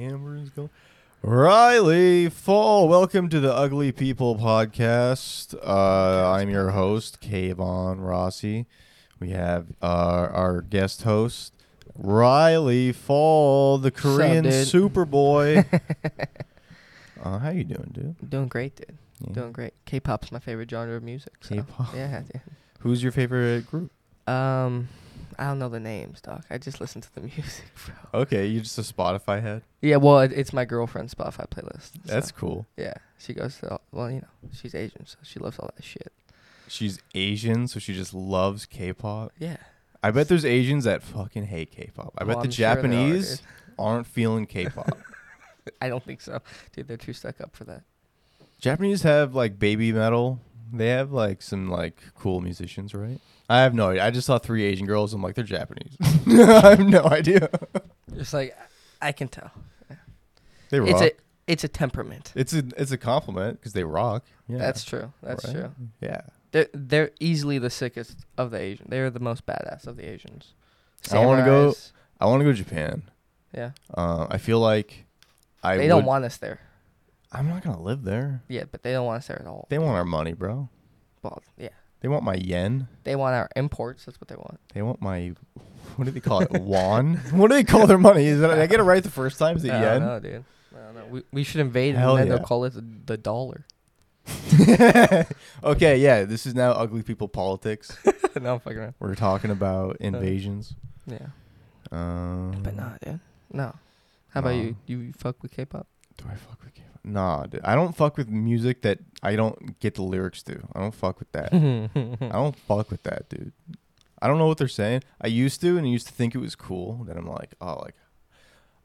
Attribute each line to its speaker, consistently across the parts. Speaker 1: Michael. Riley Fall, welcome to the Ugly People podcast. Uh, I'm your host, Kayvon Rossi. We have uh, our guest host, Riley Fall, the Korean
Speaker 2: dude?
Speaker 1: Superboy. uh, how you doing, dude?
Speaker 2: Doing great, dude.
Speaker 1: Yeah.
Speaker 2: Doing great. K-pop's my favorite genre of music. so-
Speaker 1: K-pop.
Speaker 2: Yeah, yeah.
Speaker 1: Who's your favorite group?
Speaker 2: Um, I don't know the names, doc. I just listen to the music, bro.
Speaker 1: Okay, you just a Spotify head.
Speaker 2: Yeah, well, it, it's my girlfriend's Spotify playlist. so-
Speaker 1: That's cool.
Speaker 2: yeah. She goes to all, well, you know, she's Asian, so she loves all that shit.
Speaker 1: She's Asian, so she just loves K-pop.
Speaker 2: Yeah.
Speaker 1: I bet there's Asians that fucking hate K-pop. I
Speaker 2: Well,
Speaker 1: bet the
Speaker 2: I'm sure there are,
Speaker 1: Japanese aren't feeling K-pop.
Speaker 2: dude. I don't think so, dude. They're too stuck up for that.
Speaker 1: Japanese have like baby metal. They have like some like cool musicians, right? I have no idea. I just saw three Asian girls. I'm like, they're Japanese. I have no idea.
Speaker 2: It's like I can tell.
Speaker 1: They rock.
Speaker 2: It's a it's a temperament.
Speaker 1: it's a it's a compliment because they rock. Yeah,
Speaker 2: That's true. That's
Speaker 1: right?
Speaker 2: true.
Speaker 1: Yeah.
Speaker 2: They're they're easily the sickest of the Asian. They're the most badass of the Asians.
Speaker 1: I wanna go-
Speaker 2: Samurais,
Speaker 1: I want to go to Japan.
Speaker 2: Yeah.
Speaker 1: Uh, I feel like I
Speaker 2: they don't
Speaker 1: would-
Speaker 2: want us there.
Speaker 1: I'm not gonna live there.
Speaker 2: Yeah, but they don't want us there at all.
Speaker 1: They want our money, bro.
Speaker 2: Well, yeah,
Speaker 1: They want my yen.
Speaker 2: they want our imports. That's what they want.
Speaker 1: They want my what do they call it? Won? What do they call their money? Is that, did I get it right the first time? Is it
Speaker 2: I
Speaker 1: yen?
Speaker 2: don't know, dude. I don't know. We, we should invade
Speaker 1: Hell
Speaker 2: and then
Speaker 1: yeah.
Speaker 2: they'll call it the, the dollar.
Speaker 1: okay, yeah, this is now ugly people politics.
Speaker 2: no, I'm fucking around.
Speaker 1: We're talking about invasions.
Speaker 2: Yeah,
Speaker 1: Um,
Speaker 2: but nah, dude. No. How about you?
Speaker 1: No.
Speaker 2: you? You fuck with K-pop?
Speaker 1: do I fuck with K-pop? Nah, dude, I don't fuck with music that I don't get the lyrics to. I don't fuck with that. I
Speaker 2: I
Speaker 1: don't fuck with that, dude. I don't know what they're saying. I used to, and I used to think it was cool. Then I'm like, oh, like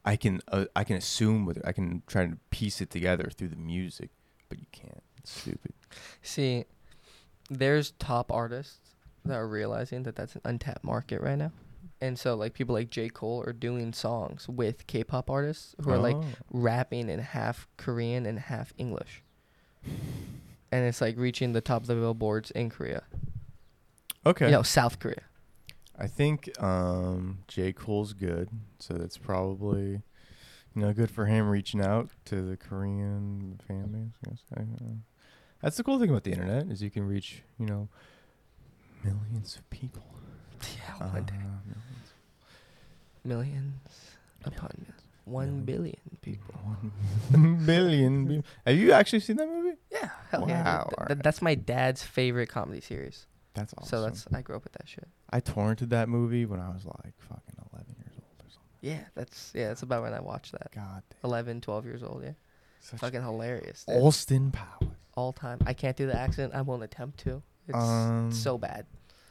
Speaker 1: I can, uh, I can assume with, I can try to piece it together through the music, but you can't. It's stupid.
Speaker 2: See, there's top artists that are realizing that that's an untapped market right now, and so like people like J. Cole are doing songs with K-pop artists who are like
Speaker 1: Oh.
Speaker 2: rapping in half Korean and half English. And it's like reaching the top of the billboards in Korea.
Speaker 1: okay.
Speaker 2: No, South Korea.
Speaker 1: I think um, J. Cole's good, so that's probably you know good for him reaching out to the Korean fan base. I guess. I don't know. That's the cool thing about the internet is you can reach you know millions of people.
Speaker 2: Yeah,
Speaker 1: Uh,
Speaker 2: one day.
Speaker 1: millions.
Speaker 2: Millions upon millions. One
Speaker 1: Million.
Speaker 2: billion people.
Speaker 1: One billion. people. Have you actually seen that movie?
Speaker 2: Yeah, hell yeah. dude.
Speaker 1: Wow,
Speaker 2: Th-
Speaker 1: alright.
Speaker 2: th- that's my dad's favorite comedy series.
Speaker 1: That's awesome.
Speaker 2: So that's I grew up with that shit.
Speaker 1: I torrented that movie when I was like fucking eleven years old or something.
Speaker 2: Yeah, that's yeah, that's about when I watched that.
Speaker 1: God, damn.
Speaker 2: 11, 12 years old, yeah.
Speaker 1: Such
Speaker 2: Fucking hilarious. dude.
Speaker 1: Austin Powers.
Speaker 2: All time. I can't do the accent. I won't attempt to. It's
Speaker 1: Um,
Speaker 2: so bad.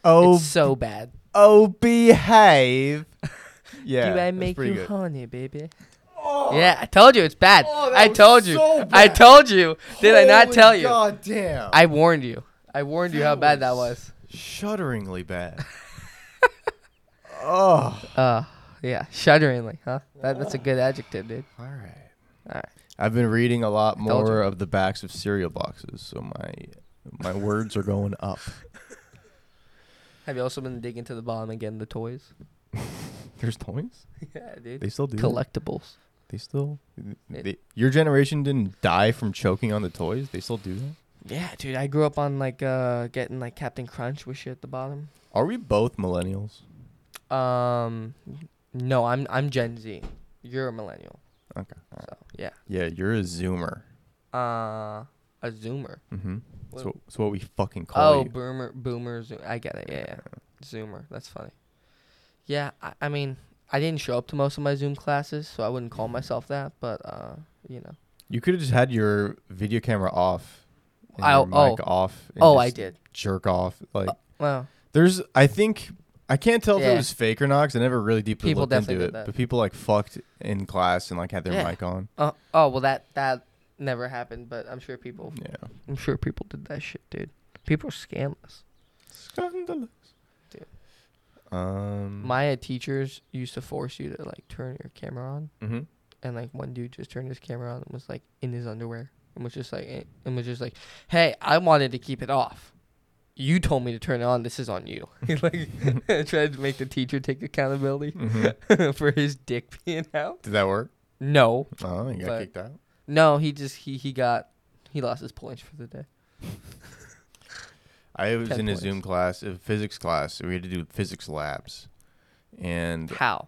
Speaker 1: Oh,
Speaker 2: it's so bad.
Speaker 1: oh, behave. Yeah,
Speaker 2: do I
Speaker 1: that's
Speaker 2: make
Speaker 1: pretty
Speaker 2: you
Speaker 1: good.
Speaker 2: horny, baby? Yeah, I told you it's bad.
Speaker 1: Oh, that
Speaker 2: I
Speaker 1: was
Speaker 2: told you.
Speaker 1: so
Speaker 2: I
Speaker 1: bad.
Speaker 2: told you. Did I not
Speaker 1: Holy
Speaker 2: tell you?
Speaker 1: God damn.
Speaker 2: I warned you. I warned you how
Speaker 1: That
Speaker 2: bad that
Speaker 1: was-
Speaker 2: was.
Speaker 1: Shudderingly bad. oh.
Speaker 2: Uh, yeah, shudderingly, huh? That, that's a good adjective, dude.
Speaker 1: All right.
Speaker 2: All right.
Speaker 1: I've been reading a lot
Speaker 2: I told
Speaker 1: more of the backs of cereal boxes, so my my words are going up.
Speaker 2: Have you also been digging to the bottom and getting the toys?
Speaker 1: There's toys.
Speaker 2: yeah, dude.
Speaker 1: They still do. that?
Speaker 2: Collectibles.
Speaker 1: They still. They, your generation didn't die from choking on the toys. They still do that.
Speaker 2: Yeah, dude. I grew up on like uh getting like Captain Crunch with shit at the bottom.
Speaker 1: Are we both millennials?
Speaker 2: Um, no, I'm I'm Gen Z. You're a millennial.
Speaker 1: Okay. all right.
Speaker 2: So yeah.
Speaker 1: Yeah, you're a zoomer.
Speaker 2: Uh, a Zoomer.
Speaker 1: Mm-hmm.
Speaker 2: What-
Speaker 1: So, so what we fucking call
Speaker 2: Oh,
Speaker 1: you?
Speaker 2: boomer, boomer, zoom. I get it. Yeah, yeah. Zoomer. That's funny. Yeah, I, I mean, I didn't show up to most of my Zoom classes, so I wouldn't call myself that. But uh, you know,
Speaker 1: You could have just had your video camera off. and
Speaker 2: I'll-
Speaker 1: your mic off. and
Speaker 2: oh, I
Speaker 1: just
Speaker 2: did.
Speaker 1: Jerk off. Like
Speaker 2: Well,
Speaker 1: there's, I think, I can't tell if it
Speaker 2: Yeah.
Speaker 1: was fake or not because I never really deeply
Speaker 2: People
Speaker 1: looked into
Speaker 2: definitely
Speaker 1: it.
Speaker 2: did that.
Speaker 1: But people like fucked in class and like had their
Speaker 2: Yeah.
Speaker 1: mic on.
Speaker 2: uh, oh well, that that never happened. But I'm sure people,
Speaker 1: Yeah.
Speaker 2: I'm sure people did that shit, dude. People are scandalous.
Speaker 1: Scandalous.
Speaker 2: Dude.
Speaker 1: Um.
Speaker 2: My teachers used to force you to like turn your camera on,
Speaker 1: mhm.
Speaker 2: and like one dude just turned his camera on and was like in his underwear and was just like eh, and was just like, "Hey, I wanted to keep it off. You told me to turn it on. This is on you." like tried to make the teacher take accountability
Speaker 1: Mhm.
Speaker 2: for his dick being out.
Speaker 1: Did that work?
Speaker 2: No,
Speaker 1: Oh, you got
Speaker 2: But-
Speaker 1: kicked out.
Speaker 2: no, he just he he got he lost his points for the day.
Speaker 1: I was
Speaker 2: 10
Speaker 1: in a
Speaker 2: points.
Speaker 1: Zoom class, a physics class. We had to do physics labs, and
Speaker 2: How,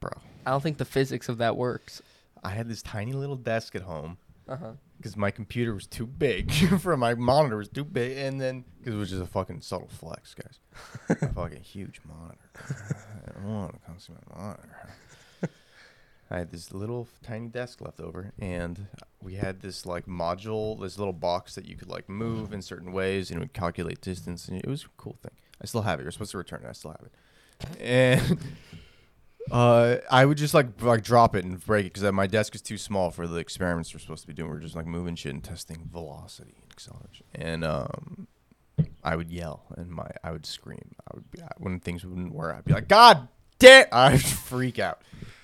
Speaker 1: Bro.
Speaker 2: I don't think the physics of that works.
Speaker 1: I had this tiny little desk at home
Speaker 2: Uh huh.
Speaker 1: because my computer was too big for my monitor was too big, and then because it was just a fucking subtle flex, guys. a fucking huge monitor. I don't want to come see my monitor. I had this little tiny desk left over, and we had this like module, this little box that you could like move in certain ways, and it would calculate distance, and it was a cool thing. I still have it. You're supposed to return it. I still have it. And uh, I would just like b- like drop it and break it because my desk is too small for the experiments we're supposed to be doing. We're just like moving shit and testing velocity and acceleration. And um, I would yell and my I would scream. I would be, I- when things wouldn't work. I'd be like, God damn! I'd freak out,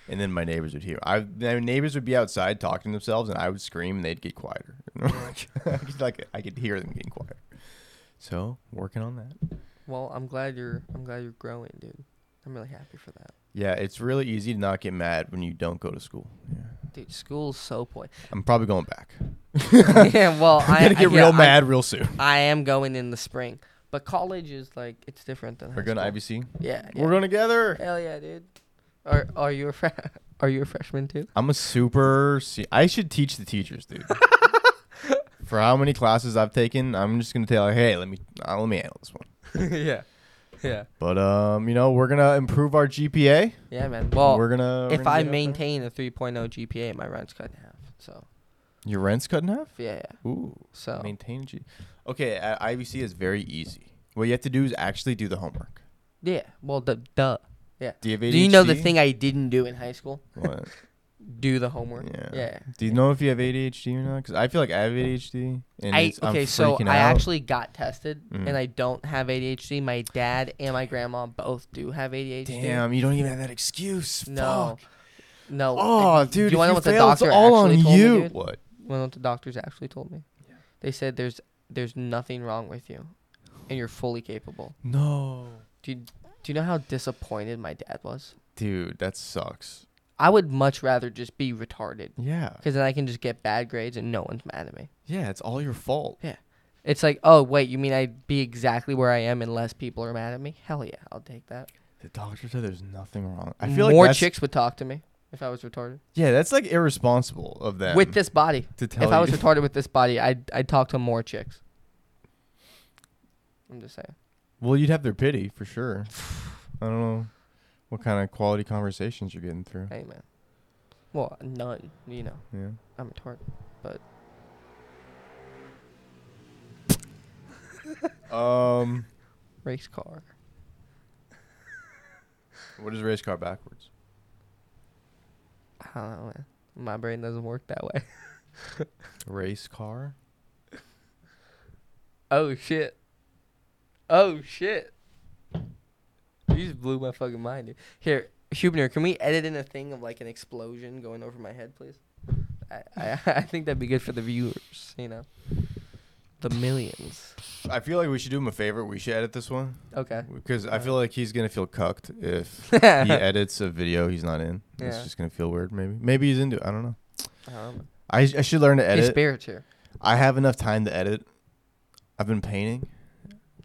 Speaker 1: and then my neighbors would hear. I my neighbors would be outside talking to themselves, and I would scream, and they'd get quieter. like, I could- like I could hear them getting quieter. So working on that.
Speaker 2: Well, I'm glad you're I'm glad you're growing, dude. I'm really happy for that,
Speaker 1: Yeah, it's really easy to not get mad when you don't go to school. Yeah.
Speaker 2: dude. School's so point.
Speaker 1: I'm probably going back.
Speaker 2: yeah. Well,
Speaker 1: I'm
Speaker 2: I
Speaker 1: gonna get
Speaker 2: yeah,
Speaker 1: real
Speaker 2: I'm-
Speaker 1: mad real soon.
Speaker 2: I am going in the spring, but college is like it's different than.
Speaker 1: We're
Speaker 2: high
Speaker 1: going to
Speaker 2: school.
Speaker 1: IBC.
Speaker 2: Yeah,
Speaker 1: We're
Speaker 2: yeah.
Speaker 1: going together.
Speaker 2: Hell yeah, dude. Are are you a fre- are you a freshman too?
Speaker 1: I'm a super. Se- I should teach the teachers, dude. For how many classes I've taken, I'm just gonna tell like, hey, let me uh, let me handle this one.
Speaker 2: yeah, yeah,
Speaker 1: But um, you know, we're gonna improve our GPA.
Speaker 2: yeah, man. Well,
Speaker 1: we're gonna. we're
Speaker 2: if
Speaker 1: gonna
Speaker 2: I
Speaker 1: get up there.
Speaker 2: maintain a 3.0 GPA, my rent's cut in half. So
Speaker 1: your rent's cut in half.
Speaker 2: yeah, yeah.
Speaker 1: Ooh,
Speaker 2: So
Speaker 1: maintain G. Okay, uh, at IVC is very easy. What you have to do is actually do the homework.
Speaker 2: yeah. Well, the duh.
Speaker 1: Do you have
Speaker 2: Do you know the
Speaker 1: ADHD?
Speaker 2: thing I didn't do in high school?
Speaker 1: What?
Speaker 2: Do the homework.
Speaker 1: Yeah.
Speaker 2: yeah.
Speaker 1: Do you know if you have ADHD or not? Because I feel like I have ADHD. And
Speaker 2: I,
Speaker 1: it's- I'm
Speaker 2: okay, so
Speaker 1: freaking
Speaker 2: I
Speaker 1: out.
Speaker 2: actually got tested,
Speaker 1: Mm.
Speaker 2: and I don't have ADHD. My dad and my grandma both do have ADHD.
Speaker 1: Damn, you don't even have that excuse.
Speaker 2: No.
Speaker 1: Fuck.
Speaker 2: No.
Speaker 1: Oh,
Speaker 2: Do
Speaker 1: dude.
Speaker 2: you wanna
Speaker 1: if
Speaker 2: know what the
Speaker 1: fail, it's
Speaker 2: doctor
Speaker 1: all on
Speaker 2: actually told me,
Speaker 1: you.
Speaker 2: dude?
Speaker 1: what?
Speaker 2: You wanna know what the doctors actually told me? They said there's there's nothing wrong with you, and you're fully capable.
Speaker 1: No.
Speaker 2: Do you, do you know how disappointed my dad was?
Speaker 1: Dude, that sucks.
Speaker 2: I would much rather just be retarded,
Speaker 1: Yeah.
Speaker 2: because then I can just get bad grades and no one's mad at me.
Speaker 1: Yeah, it's all your fault.
Speaker 2: It's like, oh wait, you mean I'd be exactly where I am unless people are mad at me? Hell yeah, I'll take that.
Speaker 1: The doctor said there's nothing wrong. I feel
Speaker 2: more
Speaker 1: like that's,
Speaker 2: chicks would talk to me if I was retarded
Speaker 1: Yeah, that's like irresponsible of them.
Speaker 2: with this body.
Speaker 1: to tell
Speaker 2: If I
Speaker 1: you-
Speaker 2: was retarded with this body, I'd I'd talk to more chicks. I'm just saying.
Speaker 1: well, you'd have their pity for sure. I don't know what kind of quality conversations you're getting through.
Speaker 2: Hey man. Well, none. You know,
Speaker 1: Yeah.
Speaker 2: I'm retarded.
Speaker 1: Um,
Speaker 2: Race car.
Speaker 1: what is race car backwards?
Speaker 2: I don't know, man. My brain doesn't work that way.
Speaker 1: Race car.
Speaker 2: Oh shit. Oh shit. You just blew my fucking mind, dude. Here, Hubner, can we edit in a thing of like an explosion going over my head, please? I I, I think that'd be good for the viewers, you know. The millions.
Speaker 1: I feel like we should do him a favor. We should edit this one
Speaker 2: Okay.
Speaker 1: because I
Speaker 2: Alright.
Speaker 1: feel like he's gonna feel cucked if he edits a video he's not in. It's
Speaker 2: Yeah.
Speaker 1: just gonna feel weird. Maybe maybe he's into. it. I don't know.
Speaker 2: Um,
Speaker 1: I, I should learn to
Speaker 2: hey,
Speaker 1: edit.
Speaker 2: Spirit here.
Speaker 1: I have enough time to edit. I've been painting.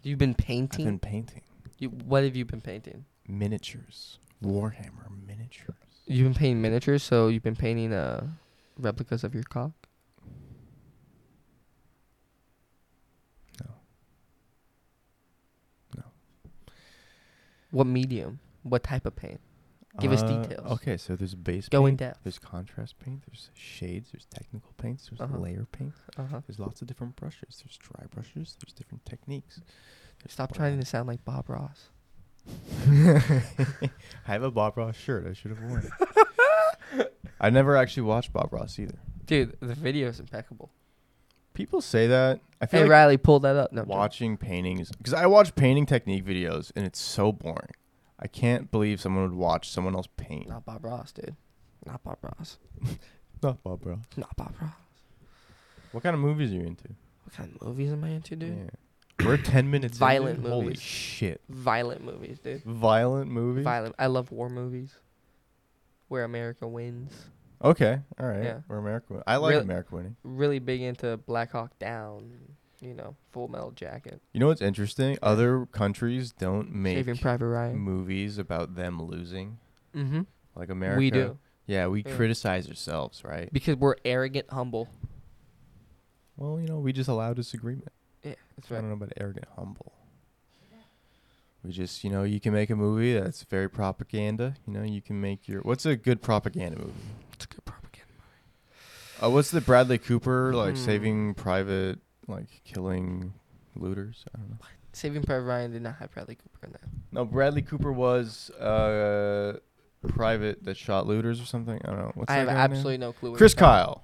Speaker 2: You've been
Speaker 1: I've
Speaker 2: painting.
Speaker 1: been painting
Speaker 2: you, what have you been painting?
Speaker 1: miniatures, Warhammer miniatures.
Speaker 2: You've been painting miniatures, so you've been painting uh replicas of your cock.
Speaker 1: No. No.
Speaker 2: What medium? What type of paint? Give us details.
Speaker 1: Uh, Okay, so there's base.
Speaker 2: Go in
Speaker 1: paint,
Speaker 2: depth.
Speaker 1: There's contrast paint. There's shades. There's technical paints. There's
Speaker 2: Uh-huh.
Speaker 1: layer paints.
Speaker 2: Uh huh.
Speaker 1: There's lots of different brushes. There's dry brushes. There's different techniques. There's
Speaker 2: Stop
Speaker 1: black.
Speaker 2: trying to sound like Bob Ross.
Speaker 1: I have a Bob Ross shirt. I should have worn it. I never actually watched Bob Ross either.
Speaker 2: Dude, the video is impeccable.
Speaker 1: People say that. I feel
Speaker 2: Hey,
Speaker 1: like
Speaker 2: Riley, pull that up. No, I'm joking.
Speaker 1: watching paintings because I watch painting technique videos and it's so boring. I can't believe someone would watch someone else paint.
Speaker 2: Not Bob Ross, dude. Not Bob Ross.
Speaker 1: Not Bob Ross.
Speaker 2: Not Bob Ross.
Speaker 1: What kind of movies are you into?
Speaker 2: What kind of movies am I into, dude?
Speaker 1: Yeah. We're ten minutes. in,
Speaker 2: Violent
Speaker 1: dude. Holy
Speaker 2: movies.
Speaker 1: shit!
Speaker 2: Violent movies, dude.
Speaker 1: Violent movies.
Speaker 2: Violent. I love war movies. Where America wins.
Speaker 1: Okay, all right.
Speaker 2: Yeah.
Speaker 1: We're America. Win- I like
Speaker 2: Really-
Speaker 1: America winning.
Speaker 2: Really big into Black Hawk Down, you know, Full Metal Jacket,
Speaker 1: You know what's interesting? Other countries don't make
Speaker 2: Saving Private Ryan.
Speaker 1: movies about them losing,
Speaker 2: Mm-hmm.
Speaker 1: like America.
Speaker 2: We do
Speaker 1: Yeah, we
Speaker 2: Yeah.
Speaker 1: criticize ourselves, right?
Speaker 2: because we're arrogant, humble.
Speaker 1: Well, you know, we just allow disagreement.
Speaker 2: Yeah, that's
Speaker 1: I
Speaker 2: right.
Speaker 1: don't know about arrogant, humble. We just, you know, you can make a movie that's very propaganda. You know, you can make your. What's a good propaganda movie?
Speaker 2: It's a good propaganda.
Speaker 1: Uh, what's the Bradley Cooper like
Speaker 2: Hmm.
Speaker 1: Saving Private, like killing looters? I don't know.
Speaker 2: Saving Private Ryan did not have Bradley Cooper in that.
Speaker 1: No, Bradley Cooper was uh private that shot looters or something. I don't know. What's
Speaker 2: I
Speaker 1: that
Speaker 2: have
Speaker 1: guy's name?
Speaker 2: absolutely no clue. what
Speaker 1: Chris
Speaker 2: you're talking
Speaker 1: Kyle.
Speaker 2: about.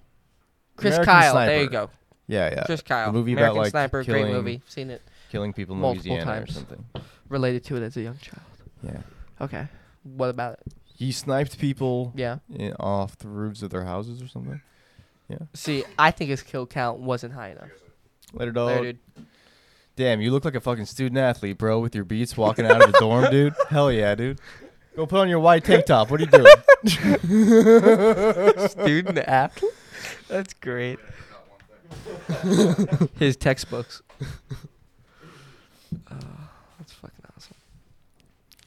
Speaker 2: Chris
Speaker 1: American
Speaker 2: Kyle. There you
Speaker 1: Sniper.
Speaker 2: go.
Speaker 1: Yeah, yeah.
Speaker 2: Chris Kyle.
Speaker 1: movie about,
Speaker 2: American
Speaker 1: like,
Speaker 2: Sniper. Great
Speaker 1: killing-
Speaker 2: movie. Seen it.
Speaker 1: killing people in
Speaker 2: Multiple
Speaker 1: Louisiana or
Speaker 2: times.
Speaker 1: something.
Speaker 2: Related to it as a young child.
Speaker 1: Yeah.
Speaker 2: Okay. What about it?
Speaker 1: He sniped people
Speaker 2: Yeah.
Speaker 1: i- off the roofs of their houses or something.
Speaker 2: See, I think his kill count wasn't high enough.
Speaker 1: Later, dog.
Speaker 2: There, dude.
Speaker 1: Damn, you look like a fucking student athlete, bro, with your beats walking out of the dorm, dude. Hell yeah, dude. Go put on your white tank top. What are you doing?
Speaker 2: Student athlete. That's great. His textbooks. Uh, that's fucking awesome.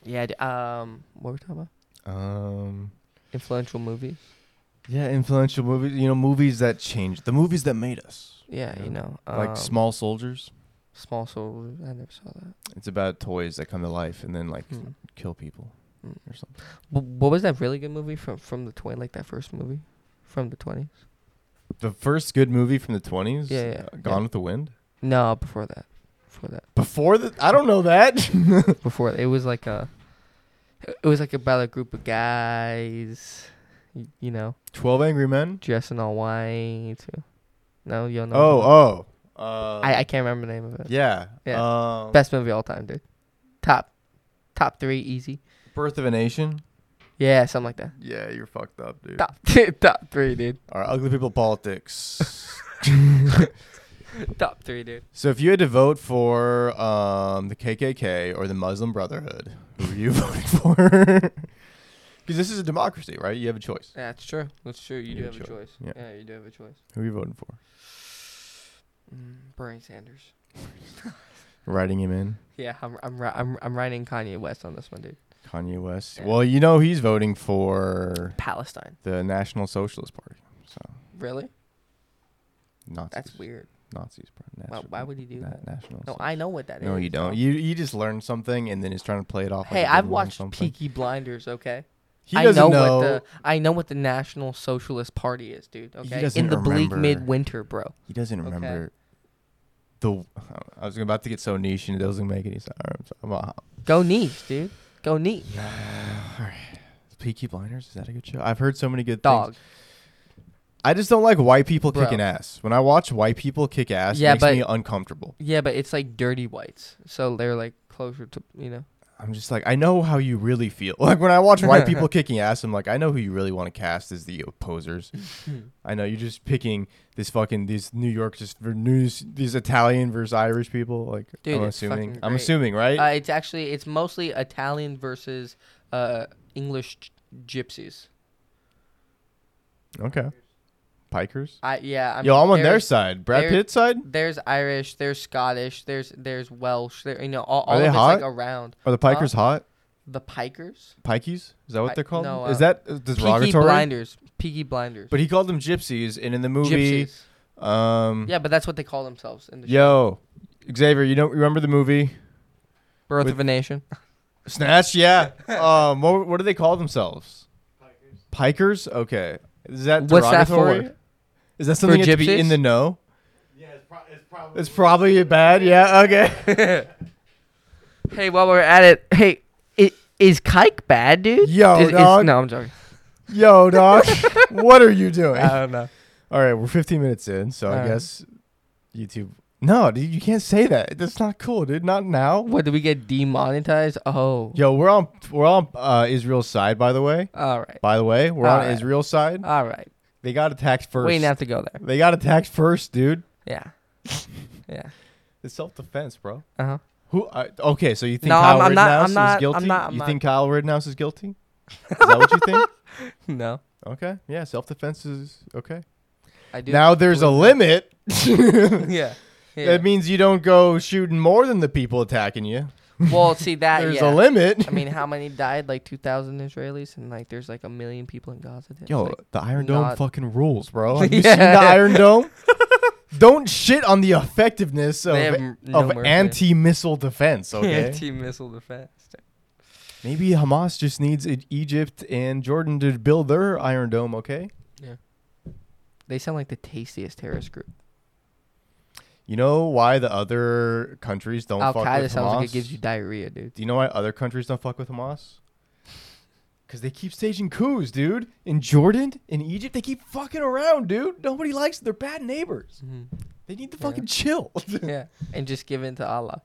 Speaker 2: Yeah. d- Um. What were we talking about?
Speaker 1: um,
Speaker 2: Influential movies.
Speaker 1: yeah, influential movies. You know, movies that changed the movies that made us.
Speaker 2: Yeah.
Speaker 1: Yeah.
Speaker 2: You know. um,
Speaker 1: like Small Soldiers.
Speaker 2: Small Soldiers. I never saw that.
Speaker 1: It's about toys that come to life and then like
Speaker 2: Hmm.
Speaker 1: kill people
Speaker 2: Mm.
Speaker 1: or something.
Speaker 2: Wh- What was that really good movie from from the twenty? Like that first movie from the twenties?
Speaker 1: The first good movie from the twenties.
Speaker 2: Yeah, yeah,
Speaker 1: uh,
Speaker 2: yeah.
Speaker 1: Gone with the Wind.
Speaker 2: No, before that. Before that.
Speaker 1: Before the, I don't know that.
Speaker 2: Before it was like a. It was like about a group of guys, y- you know,
Speaker 1: Twelve Angry Men.
Speaker 2: dressing all white. Too. No, you don't know. what I'm
Speaker 1: Oh, oh. Uh,
Speaker 2: talking about. I, I can't remember the name of it.
Speaker 1: yeah.
Speaker 2: Yeah.
Speaker 1: Um,
Speaker 2: Best movie of all time, dude. Top, top three, easy.
Speaker 1: Birth of a Nation.
Speaker 2: Yeah, something like that.
Speaker 1: Yeah, you're fucked up, dude.
Speaker 2: Top, th- top three, dude.
Speaker 1: Our ugly people politics.
Speaker 2: Top three, dude.
Speaker 1: so if you had to vote for um, the KKK or the Muslim Brotherhood, who are you voting for? Because this is a democracy, right? You have a choice.
Speaker 2: Yeah, that's true. That's true. You, do have a choice.
Speaker 1: Yeah.
Speaker 2: yeah, you do have a choice.
Speaker 1: Who are you voting for?
Speaker 2: Mm, Bernie Sanders.
Speaker 1: Writing him in.
Speaker 2: Yeah, I'm I'm ri- I'm I'm writing Kanye West on this one, dude.
Speaker 1: Kanye West.
Speaker 2: Yeah.
Speaker 1: Well, you know he's voting for
Speaker 2: Palestine.
Speaker 1: the National Socialist Party. So
Speaker 2: Really?
Speaker 1: Nazis.
Speaker 2: That's weird.
Speaker 1: Nazis. Bro.
Speaker 2: Why,
Speaker 1: National-
Speaker 2: why would he do
Speaker 1: na-
Speaker 2: that?
Speaker 1: National.
Speaker 2: No, I know what that is.
Speaker 1: No, you don't. You you just learned something and then it's trying to play it off.
Speaker 2: Hey,
Speaker 1: like a
Speaker 2: I've
Speaker 1: good one or
Speaker 2: watched
Speaker 1: something.
Speaker 2: Peaky Blinders. Okay.
Speaker 1: He
Speaker 2: I know,
Speaker 1: doesn't know.
Speaker 2: what the I know what the National Socialist Party is, dude. Okay.
Speaker 1: doesn't
Speaker 2: In the bleak
Speaker 1: remember.
Speaker 2: midwinter, bro.
Speaker 1: he doesn't
Speaker 2: Okay.
Speaker 1: remember. The I was about to get so niche and it doesn't make any sense. I'm sorry. I'm all-
Speaker 2: Go niche, dude. Go niche.
Speaker 1: all right. Peaky Blinders is that a good show? I've heard so many good
Speaker 2: Dog.
Speaker 1: things. I just don't like white people
Speaker 2: Bro.
Speaker 1: kicking ass. When I watch white people kick ass,
Speaker 2: Yeah,
Speaker 1: it makes
Speaker 2: but-
Speaker 1: me uncomfortable.
Speaker 2: Yeah, but it's like dirty whites, so they're like closer to you know.
Speaker 1: I'm just like, I know how you really feel. Like when I watch white people kicking ass, I'm like, I know who you really want to cast as the opposers. I know you're just picking this fucking these New York just for news these Italian versus Irish people. Like
Speaker 2: Dude,
Speaker 1: I'm
Speaker 2: it's
Speaker 1: assuming,
Speaker 2: fucking
Speaker 1: I'm
Speaker 2: great.
Speaker 1: assuming, right?
Speaker 2: Uh, it's actually it's mostly Italian versus uh, English g- gypsies.
Speaker 1: okay, pikers.
Speaker 2: I yeah. I
Speaker 1: Yo,
Speaker 2: mean,
Speaker 1: I'm on their
Speaker 2: there's-
Speaker 1: side. Brad
Speaker 2: there-
Speaker 1: Pitt's side
Speaker 2: There's Irish, there's Scottish, there's there's Welsh, there you know all,
Speaker 1: Are
Speaker 2: all
Speaker 1: they
Speaker 2: of it's
Speaker 1: hot?
Speaker 2: like around
Speaker 1: are the
Speaker 2: Uh,
Speaker 1: pikers hot?
Speaker 2: the Pikers.
Speaker 1: Pikies? Is that what
Speaker 2: Pi-
Speaker 1: they're called?
Speaker 2: no,
Speaker 1: is
Speaker 2: uh,
Speaker 1: that is
Speaker 2: Peaky
Speaker 1: derogatory?
Speaker 2: Blinders, Peaky Blinders,
Speaker 1: But he called them gypsies, and in the movie,
Speaker 2: gypsies.
Speaker 1: um,
Speaker 2: Yeah, but that's what they call themselves in the show.
Speaker 1: yo, Xavier, you don't remember the movie?
Speaker 2: Birth
Speaker 1: with-
Speaker 2: of a Nation.
Speaker 1: Snatch, yeah. um, what, what do they call themselves? Pikers. Okay. Is that
Speaker 2: What's that
Speaker 1: derogatory?
Speaker 2: for?
Speaker 1: Is that something to
Speaker 2: gypsies?
Speaker 1: be in the know? Yeah, it's, probably. It's probably bad. Yeah. Okay.
Speaker 2: Hey, while we're at it, hey, i- is kike bad, dude?
Speaker 1: Yo,
Speaker 2: Is- is-
Speaker 1: dog.
Speaker 2: no, I'm joking.
Speaker 1: Yo, dog. what are you doing?
Speaker 2: I don't know.
Speaker 1: All right, we're 15 minutes in, so I
Speaker 2: Alright.
Speaker 1: guess YouTube. No, dude, you can't say that. That's not cool, dude. Not now.
Speaker 2: What did we get demonetized? Oh,
Speaker 1: Yo, we're on we're on uh, Israel's side, by the way.
Speaker 2: all right,
Speaker 1: By the way, we're on
Speaker 2: Alright.
Speaker 1: Israel's side.
Speaker 2: all right.
Speaker 1: They got attacked first.
Speaker 2: We didn't have to go there.
Speaker 1: They got attacked first, dude.
Speaker 2: Yeah, yeah.
Speaker 1: It's self defense, bro.
Speaker 2: Uh huh.
Speaker 1: Who? I okay, so you think
Speaker 2: No,
Speaker 1: Kyle
Speaker 2: I'm- I'm not-
Speaker 1: Rittenhouse
Speaker 2: I'm not-
Speaker 1: is
Speaker 2: I'm
Speaker 1: guilty?
Speaker 2: not- I'm
Speaker 1: you
Speaker 2: not.
Speaker 1: think Kyle Rittenhouse is guilty? Is that what you think?
Speaker 2: no,
Speaker 1: Okay. Yeah. Self defense is okay.
Speaker 2: I do.
Speaker 1: now there's a limit.
Speaker 2: yeah. yeah.
Speaker 1: That means you don't go shooting more than the people attacking you.
Speaker 2: well, see that.
Speaker 1: There's
Speaker 2: Uh, yeah.
Speaker 1: a limit.
Speaker 2: I mean, how many died? Like 2,000 Israelis, and like there's like a million people in Gaza. It's
Speaker 1: Yo,
Speaker 2: like-
Speaker 1: the Iron Dome
Speaker 2: not-
Speaker 1: fucking rules, bro. Have you seen
Speaker 2: Yeah.
Speaker 1: the Iron Dome? Don't shit on the effectiveness of,
Speaker 2: They have
Speaker 1: of
Speaker 2: m- no mercy.
Speaker 1: anti-missile defense. Okay,
Speaker 2: anti-missile defense.
Speaker 1: maybe Hamas just needs E- Egypt and Jordan to build their Iron Dome. Okay,
Speaker 2: They sound like the tastiest terrorist group.
Speaker 1: you know why the other countries don't
Speaker 2: Al
Speaker 1: fuck
Speaker 2: Qaeda
Speaker 1: with
Speaker 2: sounds
Speaker 1: Hamas?
Speaker 2: like it gives you diarrhea, dude.
Speaker 1: Do you know why other countries don't fuck with Hamas? Because they keep staging coups, dude. In Jordan, in Egypt, they keep fucking around, dude. Nobody likes. They're bad neighbors. They need to
Speaker 2: Yeah.
Speaker 1: fucking chill.
Speaker 2: yeah, and just give in to Allah.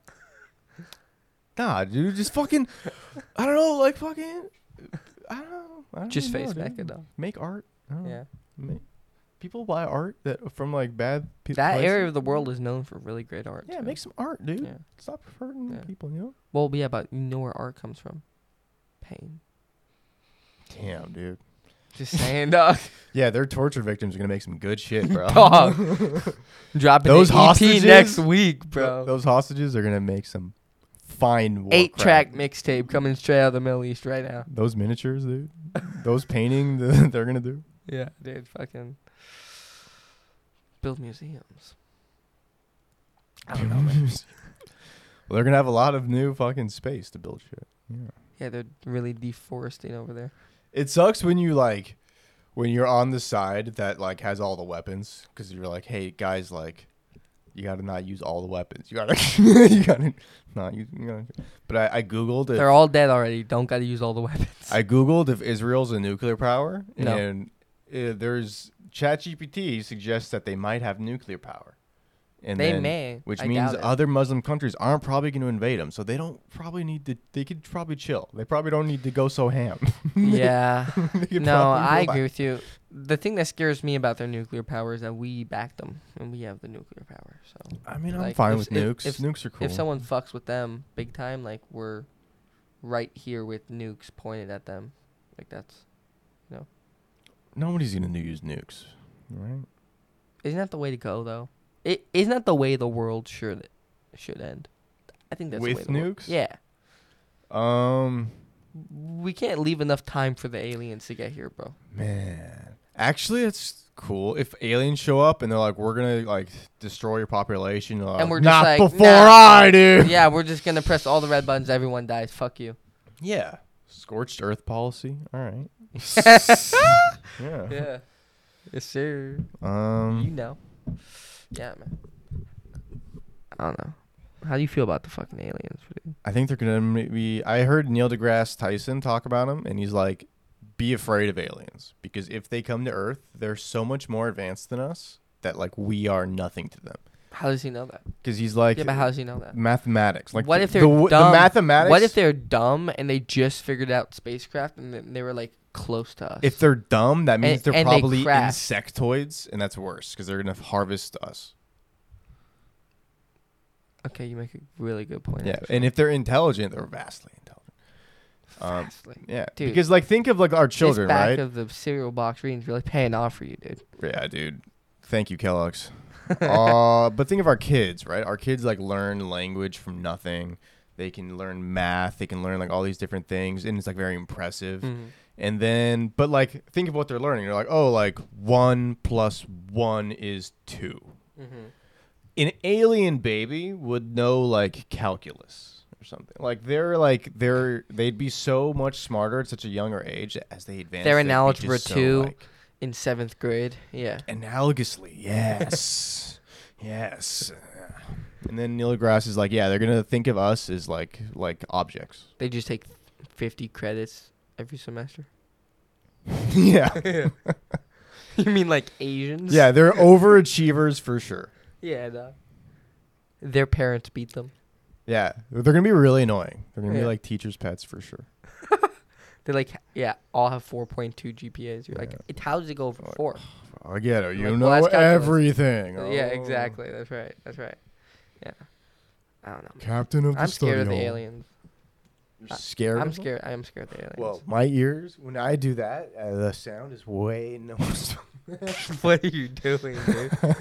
Speaker 1: Nah, dude, just fucking. I don't know, like fucking. I don't know. I don't
Speaker 2: Just
Speaker 1: even
Speaker 2: face
Speaker 1: know,
Speaker 2: back
Speaker 1: dude. Mm-hmm.
Speaker 2: it up.
Speaker 1: Make art. I don't know.
Speaker 2: Yeah,
Speaker 1: Ma- people buy art that from like bad people.
Speaker 2: that area of the world is known for really great art.
Speaker 1: Yeah,
Speaker 2: too.
Speaker 1: make some art, dude.
Speaker 2: Yeah.
Speaker 1: Stop hurting
Speaker 2: Yeah.
Speaker 1: people, you know.
Speaker 2: Well, yeah, but you know where art comes from? Pain.
Speaker 1: Damn, dude.
Speaker 2: Just saying, dog.
Speaker 1: Yeah, their torture victims are gonna make some good shit, bro.
Speaker 2: Dog. Dropping
Speaker 1: Uh-huh. Those
Speaker 2: those an EP
Speaker 1: hostages?
Speaker 2: next week, bro.
Speaker 1: Those hostages are gonna make some fine war
Speaker 2: Eight
Speaker 1: crap.
Speaker 2: track mixtape coming straight out of the Middle East right now.
Speaker 1: Those miniatures, dude. Those painting the, they're gonna do.
Speaker 2: Yeah, dude, fucking build museums. I don't know, man.
Speaker 1: well, they're gonna have a lot of new fucking space to build shit. Yeah.
Speaker 2: Yeah, they're really deforesting over there.
Speaker 1: It sucks when you like when you're on the side that like has all the weapons because you're like, hey guys, like you gotta not use all the weapons. You gotta you gotta not use. You gotta. But I, I googled if
Speaker 2: They're all dead already. Don't got to use all the weapons.
Speaker 1: I googled if Israel's a nuclear power,
Speaker 2: No.
Speaker 1: and uh, there's ChatGPT suggests that they might have nuclear power. And
Speaker 2: they
Speaker 1: then-
Speaker 2: may,
Speaker 1: which
Speaker 2: I
Speaker 1: means
Speaker 2: doubt it.
Speaker 1: other Muslim countries aren't probably going to invade them, so they don't probably need to. They could probably chill. They probably don't need to go so ham.
Speaker 2: yeah.
Speaker 1: They could
Speaker 2: no,
Speaker 1: probably
Speaker 2: I
Speaker 1: relax.
Speaker 2: agree with you. The thing that scares me about their nuclear power is that we back them and we have the nuclear power. So
Speaker 1: I mean, I'm
Speaker 2: Like,
Speaker 1: fine
Speaker 2: if-
Speaker 1: with
Speaker 2: if-
Speaker 1: nukes.
Speaker 2: if-
Speaker 1: nukes are cool.
Speaker 2: if someone fucks with them big time, like we're right here with nukes pointed at them, like that's
Speaker 1: Nobody's going to use nukes, right?
Speaker 2: isn't that the way to go though? It isn't that the way the world should should end. I think that's
Speaker 1: With
Speaker 2: the way the wor-
Speaker 1: nukes?
Speaker 2: yeah,
Speaker 1: Um,
Speaker 2: we can't leave enough time for the aliens to get here, bro.
Speaker 1: man, actually, it's cool if aliens show up and they're like, "We're gonna like destroy your population," uh,
Speaker 2: And we're just
Speaker 1: not
Speaker 2: like,
Speaker 1: before
Speaker 2: "Nah."
Speaker 1: I do.
Speaker 2: yeah, we're just gonna press all the red buttons. Everyone dies. Fuck you.
Speaker 1: Yeah. Scorched earth policy. All right. yeah.
Speaker 2: Yeah. Yes, sir. You
Speaker 1: Um.
Speaker 2: know. Yeah, man. I don't know. How do you feel about the fucking aliens, dude?
Speaker 1: I think they're gonna maybe. I heard Neil deGrasse Tyson talk about him, and he's like, "Be afraid of aliens because if they come to Earth, they're so much more advanced than us that like we are nothing to them."
Speaker 2: How does he know that?
Speaker 1: Because he's like
Speaker 2: yeah, but how does he know that?
Speaker 1: mathematics. Like,
Speaker 2: what
Speaker 1: the,
Speaker 2: if they're
Speaker 1: the, w-
Speaker 2: dumb?
Speaker 1: the mathematics?
Speaker 2: What if they're dumb and they just figured out spacecraft and then they were like close to us?
Speaker 1: If they're dumb, that means
Speaker 2: And-
Speaker 1: they're
Speaker 2: and they
Speaker 1: probably
Speaker 2: crash.
Speaker 1: insectoids, and that's worse because they're gonna harvest us.
Speaker 2: okay, you make a really good point.
Speaker 1: Yeah, and if they're intelligent, they're vastly intelligent. um,
Speaker 2: Fastly.
Speaker 1: Yeah,
Speaker 2: Dude.
Speaker 1: because like think of like our children,
Speaker 2: this back
Speaker 1: right?
Speaker 2: of the cereal box reading's really paying off for you, dude.
Speaker 1: Yeah, dude. Thank you, Kellogg's. uh, but think of our kids, right? Our kids like learn language from nothing. They can learn math. They can learn like all these different things, and it's like very impressive.
Speaker 2: Mm.
Speaker 1: And then, but like, think of what they're learning. They're like, oh, like one plus one is two. An alien baby would know like calculus or something. Like they're like they're they'd be so much smarter at such a younger age as they advance.
Speaker 2: They're
Speaker 1: they'd
Speaker 2: in
Speaker 1: be
Speaker 2: algebra
Speaker 1: just so,
Speaker 2: two.
Speaker 1: like,
Speaker 2: In seventh grade, yeah.
Speaker 1: Analogously, yes. yes. And then Neil deGrasse is like, yeah, they're gonna think of us as like like objects.
Speaker 2: They just take 50 credits every semester.
Speaker 1: yeah.
Speaker 2: you mean like Asians?
Speaker 1: Yeah, they're overachievers for sure.
Speaker 2: Yeah, dog. Their parents beat them.
Speaker 1: Yeah. They're gonna be really annoying. They're gonna be
Speaker 2: Yeah.
Speaker 1: like teachers' pets for sure.
Speaker 2: They like, yeah, all have 4.2 GPAs. You're like,
Speaker 1: Yeah.
Speaker 2: it, how does it go for
Speaker 1: Like,
Speaker 2: four?
Speaker 1: I get it. You
Speaker 2: Like,
Speaker 1: know
Speaker 2: well, that's calculus.
Speaker 1: everything.
Speaker 2: Yeah,
Speaker 1: Oh.
Speaker 2: exactly. That's right. That's right. Yeah. I don't know.
Speaker 1: Captain of the
Speaker 2: I'm scared of the
Speaker 1: study hall.
Speaker 2: aliens.
Speaker 1: You're
Speaker 2: I-
Speaker 1: scared.
Speaker 2: I'm
Speaker 1: of them?
Speaker 2: scared. I am scared of aliens.
Speaker 1: Well, my ears when I do that, uh, the sound is way noticeable.
Speaker 2: what are you doing, dude?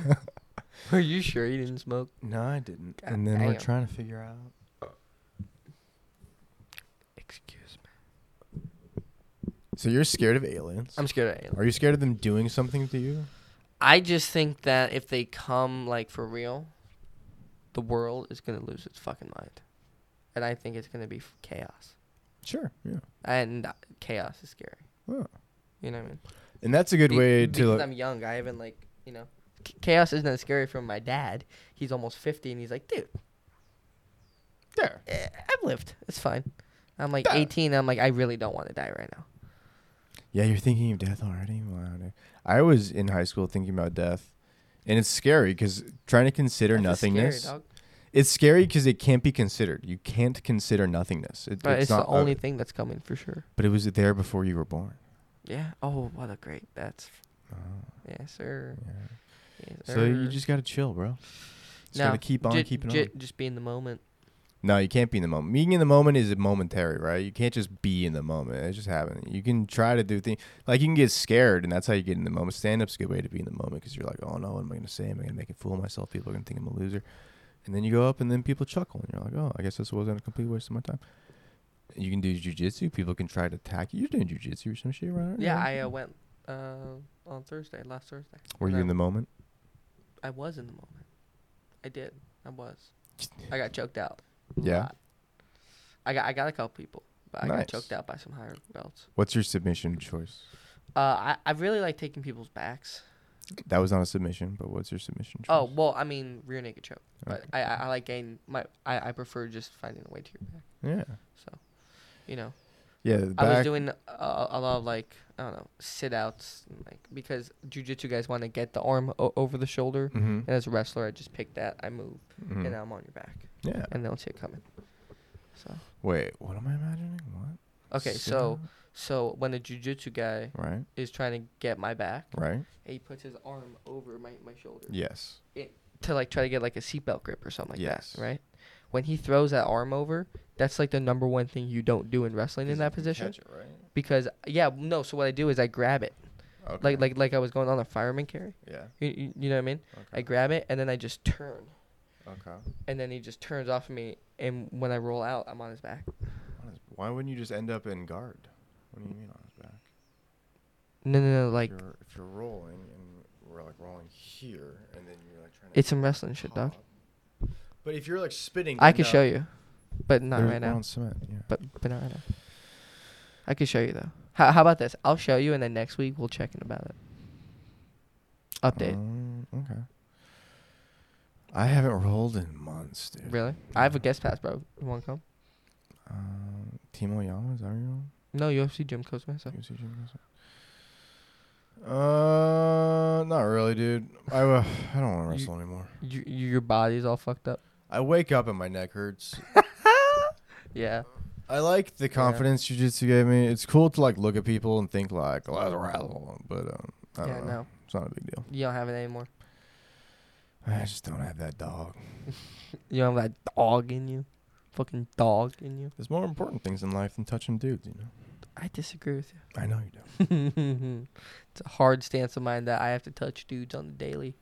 Speaker 2: Are you sure you didn't smoke?
Speaker 1: no, I didn't.
Speaker 2: God
Speaker 1: and then we're
Speaker 2: damn.
Speaker 1: trying to figure out.
Speaker 2: Excuse me.
Speaker 1: So you're scared of aliens?
Speaker 2: I'm scared of aliens.
Speaker 1: Are you scared of them doing something to you?
Speaker 2: I just think that if they come like for real, the world is gonna lose its fucking mind, and I think it's gonna be f- chaos.
Speaker 1: Sure. Yeah.
Speaker 2: And uh, chaos is scary.
Speaker 1: Oh.
Speaker 2: You know what I mean?
Speaker 1: And that's a good
Speaker 2: Be-
Speaker 1: way
Speaker 2: because
Speaker 1: to. Like,
Speaker 2: I'm young. I haven't like you know, Ch- chaos isn't as scary from my dad. He's almost fifty, and he's like, dude,
Speaker 1: there.
Speaker 2: eh, I've lived. It's fine. I'm like
Speaker 1: Duh.
Speaker 2: eighteen. I'm like, I really don't want to die right now.
Speaker 1: Yeah, you're thinking of death already. Wow. dude. I was in high school thinking about death, and it's scary because trying to consider
Speaker 2: Death is scary,
Speaker 1: nothingness.
Speaker 2: dog.
Speaker 1: It's scary because it can't be considered. You can't consider nothingness. It,
Speaker 2: But it's,
Speaker 1: not
Speaker 2: the only
Speaker 1: uh,
Speaker 2: thing that's coming for sure.
Speaker 1: but it was there before you were born. Oh,
Speaker 2: Yeah. Oh, what a great. That's yeah, sir.
Speaker 1: yeah.
Speaker 2: Yes,
Speaker 1: So you
Speaker 2: sir.
Speaker 1: just gotta chill, bro. Just
Speaker 2: No,
Speaker 1: gotta keep on
Speaker 2: Ju-
Speaker 1: keeping
Speaker 2: ju-
Speaker 1: on.
Speaker 2: Just be in the moment.
Speaker 1: No, you can't be in the moment. Being in the moment is momentary, right? You can't just be in the moment. It's just happening. You can try to do things like you can get scared, and that's how you get in the moment. Stand up's a good way to be in the moment because you're like, oh no, what am I gonna say? Am I gonna make a fool of myself? People are gonna think I'm a loser. And then you go up, and then people chuckle, and you're like, oh, I guess this wasn't a complete waste of my time. You can do jujitsu. People can try to attack you. You're doing jujitsu or some shit, right?
Speaker 2: Yeah, I uh, went uh, on Thursday, last Thursday.
Speaker 1: Were you
Speaker 2: no.
Speaker 1: in the moment?
Speaker 2: I was in the moment. I did. I was. I got choked out. a
Speaker 1: Yeah?
Speaker 2: lot. I got I got a couple people, but I
Speaker 1: Nice.
Speaker 2: got choked out by some higher belts.
Speaker 1: What's your submission choice?
Speaker 2: Uh, I I really like taking people's backs.
Speaker 1: That was not a submission, but what's your submission choice?
Speaker 2: Oh well, I mean rear naked choke, but
Speaker 1: Okay.
Speaker 2: I I, I like getting my I, I prefer just finding a way to your back.
Speaker 1: yeah,
Speaker 2: So, you know.
Speaker 1: yeah. the
Speaker 2: I was
Speaker 1: back-
Speaker 2: doing a, a lot of like I don't know sit outs like because jujitsu guys want to get the arm o- over the shoulder,
Speaker 1: Mhm.
Speaker 2: and as a wrestler, I just pick that, I move,
Speaker 1: Mhm.
Speaker 2: and now I'm on your back,
Speaker 1: Yeah.
Speaker 2: and they don't see it coming. So
Speaker 1: Wait, what am I imagining? What?
Speaker 2: okay,
Speaker 1: Sit
Speaker 2: so so when a jujitsu guy
Speaker 1: Right,
Speaker 2: is trying to get my back,
Speaker 1: right.
Speaker 2: he puts his arm over my my shoulder
Speaker 1: Yes.
Speaker 2: to like try to get like a seatbelt grip or something like
Speaker 1: Yes.
Speaker 2: that, right? When he throws that arm over, that's like the number one thing you don't do in wrestling in that position because yeah, no. So what I do is I grab it.
Speaker 1: Okay.
Speaker 2: like like like I was going on a fireman carry.
Speaker 1: yeah.
Speaker 2: You, you, you know what I mean? I
Speaker 1: Okay.
Speaker 2: grab it and then I just turn,
Speaker 1: okay.
Speaker 2: and then he just turns off of me. And when I roll out, I'm on his back.
Speaker 1: On his- Why wouldn't you just end up in guard? What do you mean on his back?
Speaker 2: No, no, no. Like
Speaker 1: if you're, if you're rolling and we're like rolling here, and then you're like trying to.
Speaker 2: it's some wrestling shit, dog.
Speaker 1: hop. But if you're like spitting,
Speaker 2: I could show you, but not right now.
Speaker 1: On cement, yeah.
Speaker 2: But but not right now. I could show you though. How how about this? I'll show you, and then next week we'll check in about it. Update.
Speaker 1: Um, okay. I haven't rolled in months, dude.
Speaker 2: really? I have a guest pass, bro. You wanna come?
Speaker 1: Um, Timo Yama is that your name?
Speaker 2: No, UFC gym coach, man. So.
Speaker 1: You see Jimmy Wilson? Uh, not really, dude. I, uh, I don't want to
Speaker 2: You-
Speaker 1: wrestle anymore.
Speaker 2: You, you, your body's all fucked up.
Speaker 1: I wake up and my neck hurts.
Speaker 2: Yeah.
Speaker 1: I like the confidence jujitsu gave me. It's cool to like look at people and think like "Oh, "Let's rattle," but um, I don't
Speaker 2: Yeah.
Speaker 1: know.
Speaker 2: No,
Speaker 1: It's not a big deal.
Speaker 2: you don't have it anymore.
Speaker 1: I just don't have that dog.
Speaker 2: You don't have that dog in you. Fucking dog in you.
Speaker 1: There's more important things in life than touching dudes, you know.
Speaker 2: I disagree with
Speaker 1: I know you do.
Speaker 2: you. it's a hard stance of mine that I have to touch dudes on the daily.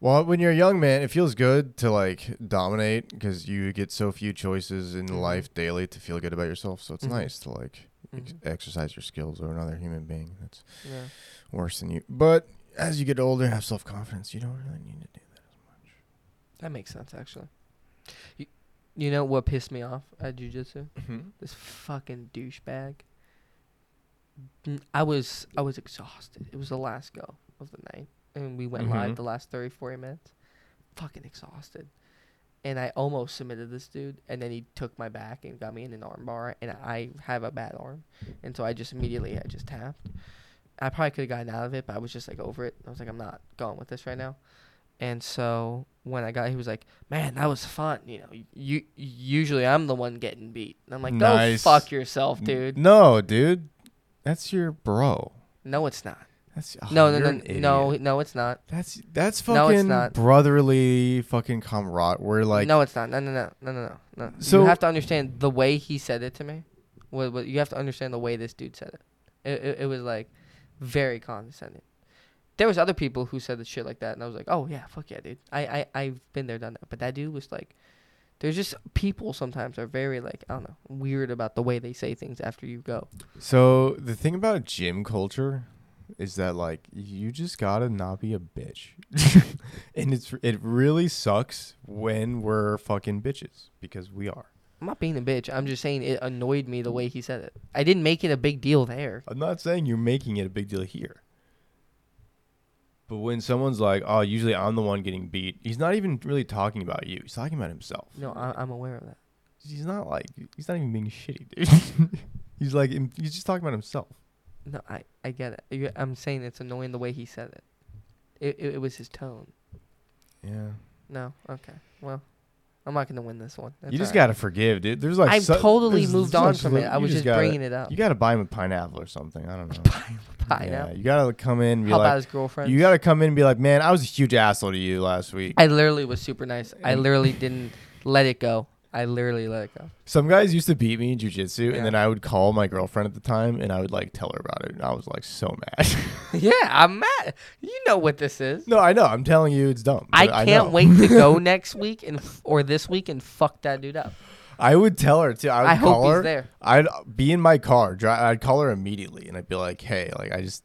Speaker 1: Well, when you're a young man, it feels good to like dominate because you get so few choices in
Speaker 2: Mhm.
Speaker 1: life daily to feel good about yourself. So it's
Speaker 2: Mhm.
Speaker 1: nice to like ex-
Speaker 2: Mhm.
Speaker 1: exercise your skills over another human being that's
Speaker 2: Yeah.
Speaker 1: worse than you. But as you get older and have self confidence, you don't really need to do that as much.
Speaker 2: That makes sense, actually. You, you know what pissed me off at jujitsu? This fucking douchebag. Mm, I was I was exhausted. It was the last go of the night, and we went
Speaker 1: Mhm.
Speaker 2: live the last 30, 40 minutes. Fucking exhausted, and I almost submitted this dude, and then he took my back and got me in an arm bar, and I have a bad arm, and so I just immediately I just tapped. I probably could have gotten out of it, but I was just like over it. I was like, I'm not going with this right now. And so when I got, he was like, "Man, that was fun." You know, you usually I'm the one getting beat. And I'm like, "Go
Speaker 1: Nice.
Speaker 2: fuck yourself, dude."
Speaker 1: No, dude, that's your bro.
Speaker 2: No, it's not.
Speaker 1: That's oh,
Speaker 2: no, no,
Speaker 1: you're
Speaker 2: no,
Speaker 1: an idiot.
Speaker 2: no, no. It's not.
Speaker 1: That's that's
Speaker 2: No, it's
Speaker 1: fucking
Speaker 2: not.
Speaker 1: brotherly fucking comrade. We're like
Speaker 2: no, it's not. No, no, no, no, no, no. no.
Speaker 1: So-
Speaker 2: you have to understand the way he said it to me. What, what you have to understand the way this dude said it. It, it. it was like very condescending. There was other people who said the shit like that, and I was like, oh yeah, fuck yeah, dude. I, I I've been there, done that. But that dude was like, there's just people sometimes are very like I don't know weird about the way they say things after you go.
Speaker 1: So the thing about gym culture is that like you just gotta not be a bitch, and it's it really sucks when we're fucking bitches because we are.
Speaker 2: I'm not being a bitch. I'm just saying it annoyed me the way he said it. I didn't make it a big deal there.
Speaker 1: I'm not saying you're making it a big deal here. But when someone's like, "Oh, usually I'm the one getting beat," he's not even really talking about you. He's talking about himself.
Speaker 2: No, I, I'm aware of that.
Speaker 1: he's not like he's not even being shitty, dude. he's like he's just talking about himself.
Speaker 2: No, I, I get it. You- I'm saying it's annoying the way he said it. It, it. it was his tone.
Speaker 1: Yeah,
Speaker 2: No, okay. Well, I'm not going to win this one. That's
Speaker 1: you just
Speaker 2: all right.
Speaker 1: gotta forgive, dude. There's like
Speaker 2: I've
Speaker 1: so-
Speaker 2: totally
Speaker 1: there's
Speaker 2: moved
Speaker 1: so
Speaker 2: on
Speaker 1: much
Speaker 2: from
Speaker 1: li-
Speaker 2: it. I
Speaker 1: you
Speaker 2: was just
Speaker 1: gotta-
Speaker 2: bringing it up.
Speaker 1: You gotta buy him a pineapple or something. I don't know.
Speaker 2: Pie
Speaker 1: yeah,
Speaker 2: now.
Speaker 1: you gotta come in and be
Speaker 2: How about
Speaker 1: like,
Speaker 2: his girlfriend?
Speaker 1: you gotta come in and be like, man, I was a huge asshole to you last week.
Speaker 2: I literally was super nice. I
Speaker 1: And-
Speaker 2: literally didn't let it go. I literally let it go.
Speaker 1: Some guys used to beat me in jujitsu,
Speaker 2: Yeah.
Speaker 1: and then I would call my girlfriend at the time, and I would like tell her about it, and I was like so mad.
Speaker 2: yeah, I'm mad. You know what this is.
Speaker 1: no, I know. I'm telling you, it's dumb.
Speaker 2: I
Speaker 1: but
Speaker 2: can't
Speaker 1: know.
Speaker 2: wait to go next week and f- or this week and fuck that dude up.
Speaker 1: I would tell her too. I would
Speaker 2: I hope
Speaker 1: call
Speaker 2: he's
Speaker 1: her.
Speaker 2: there.
Speaker 1: I'd be in my car. Dri- I'd call her immediately, and I'd be like, "Hey, like I just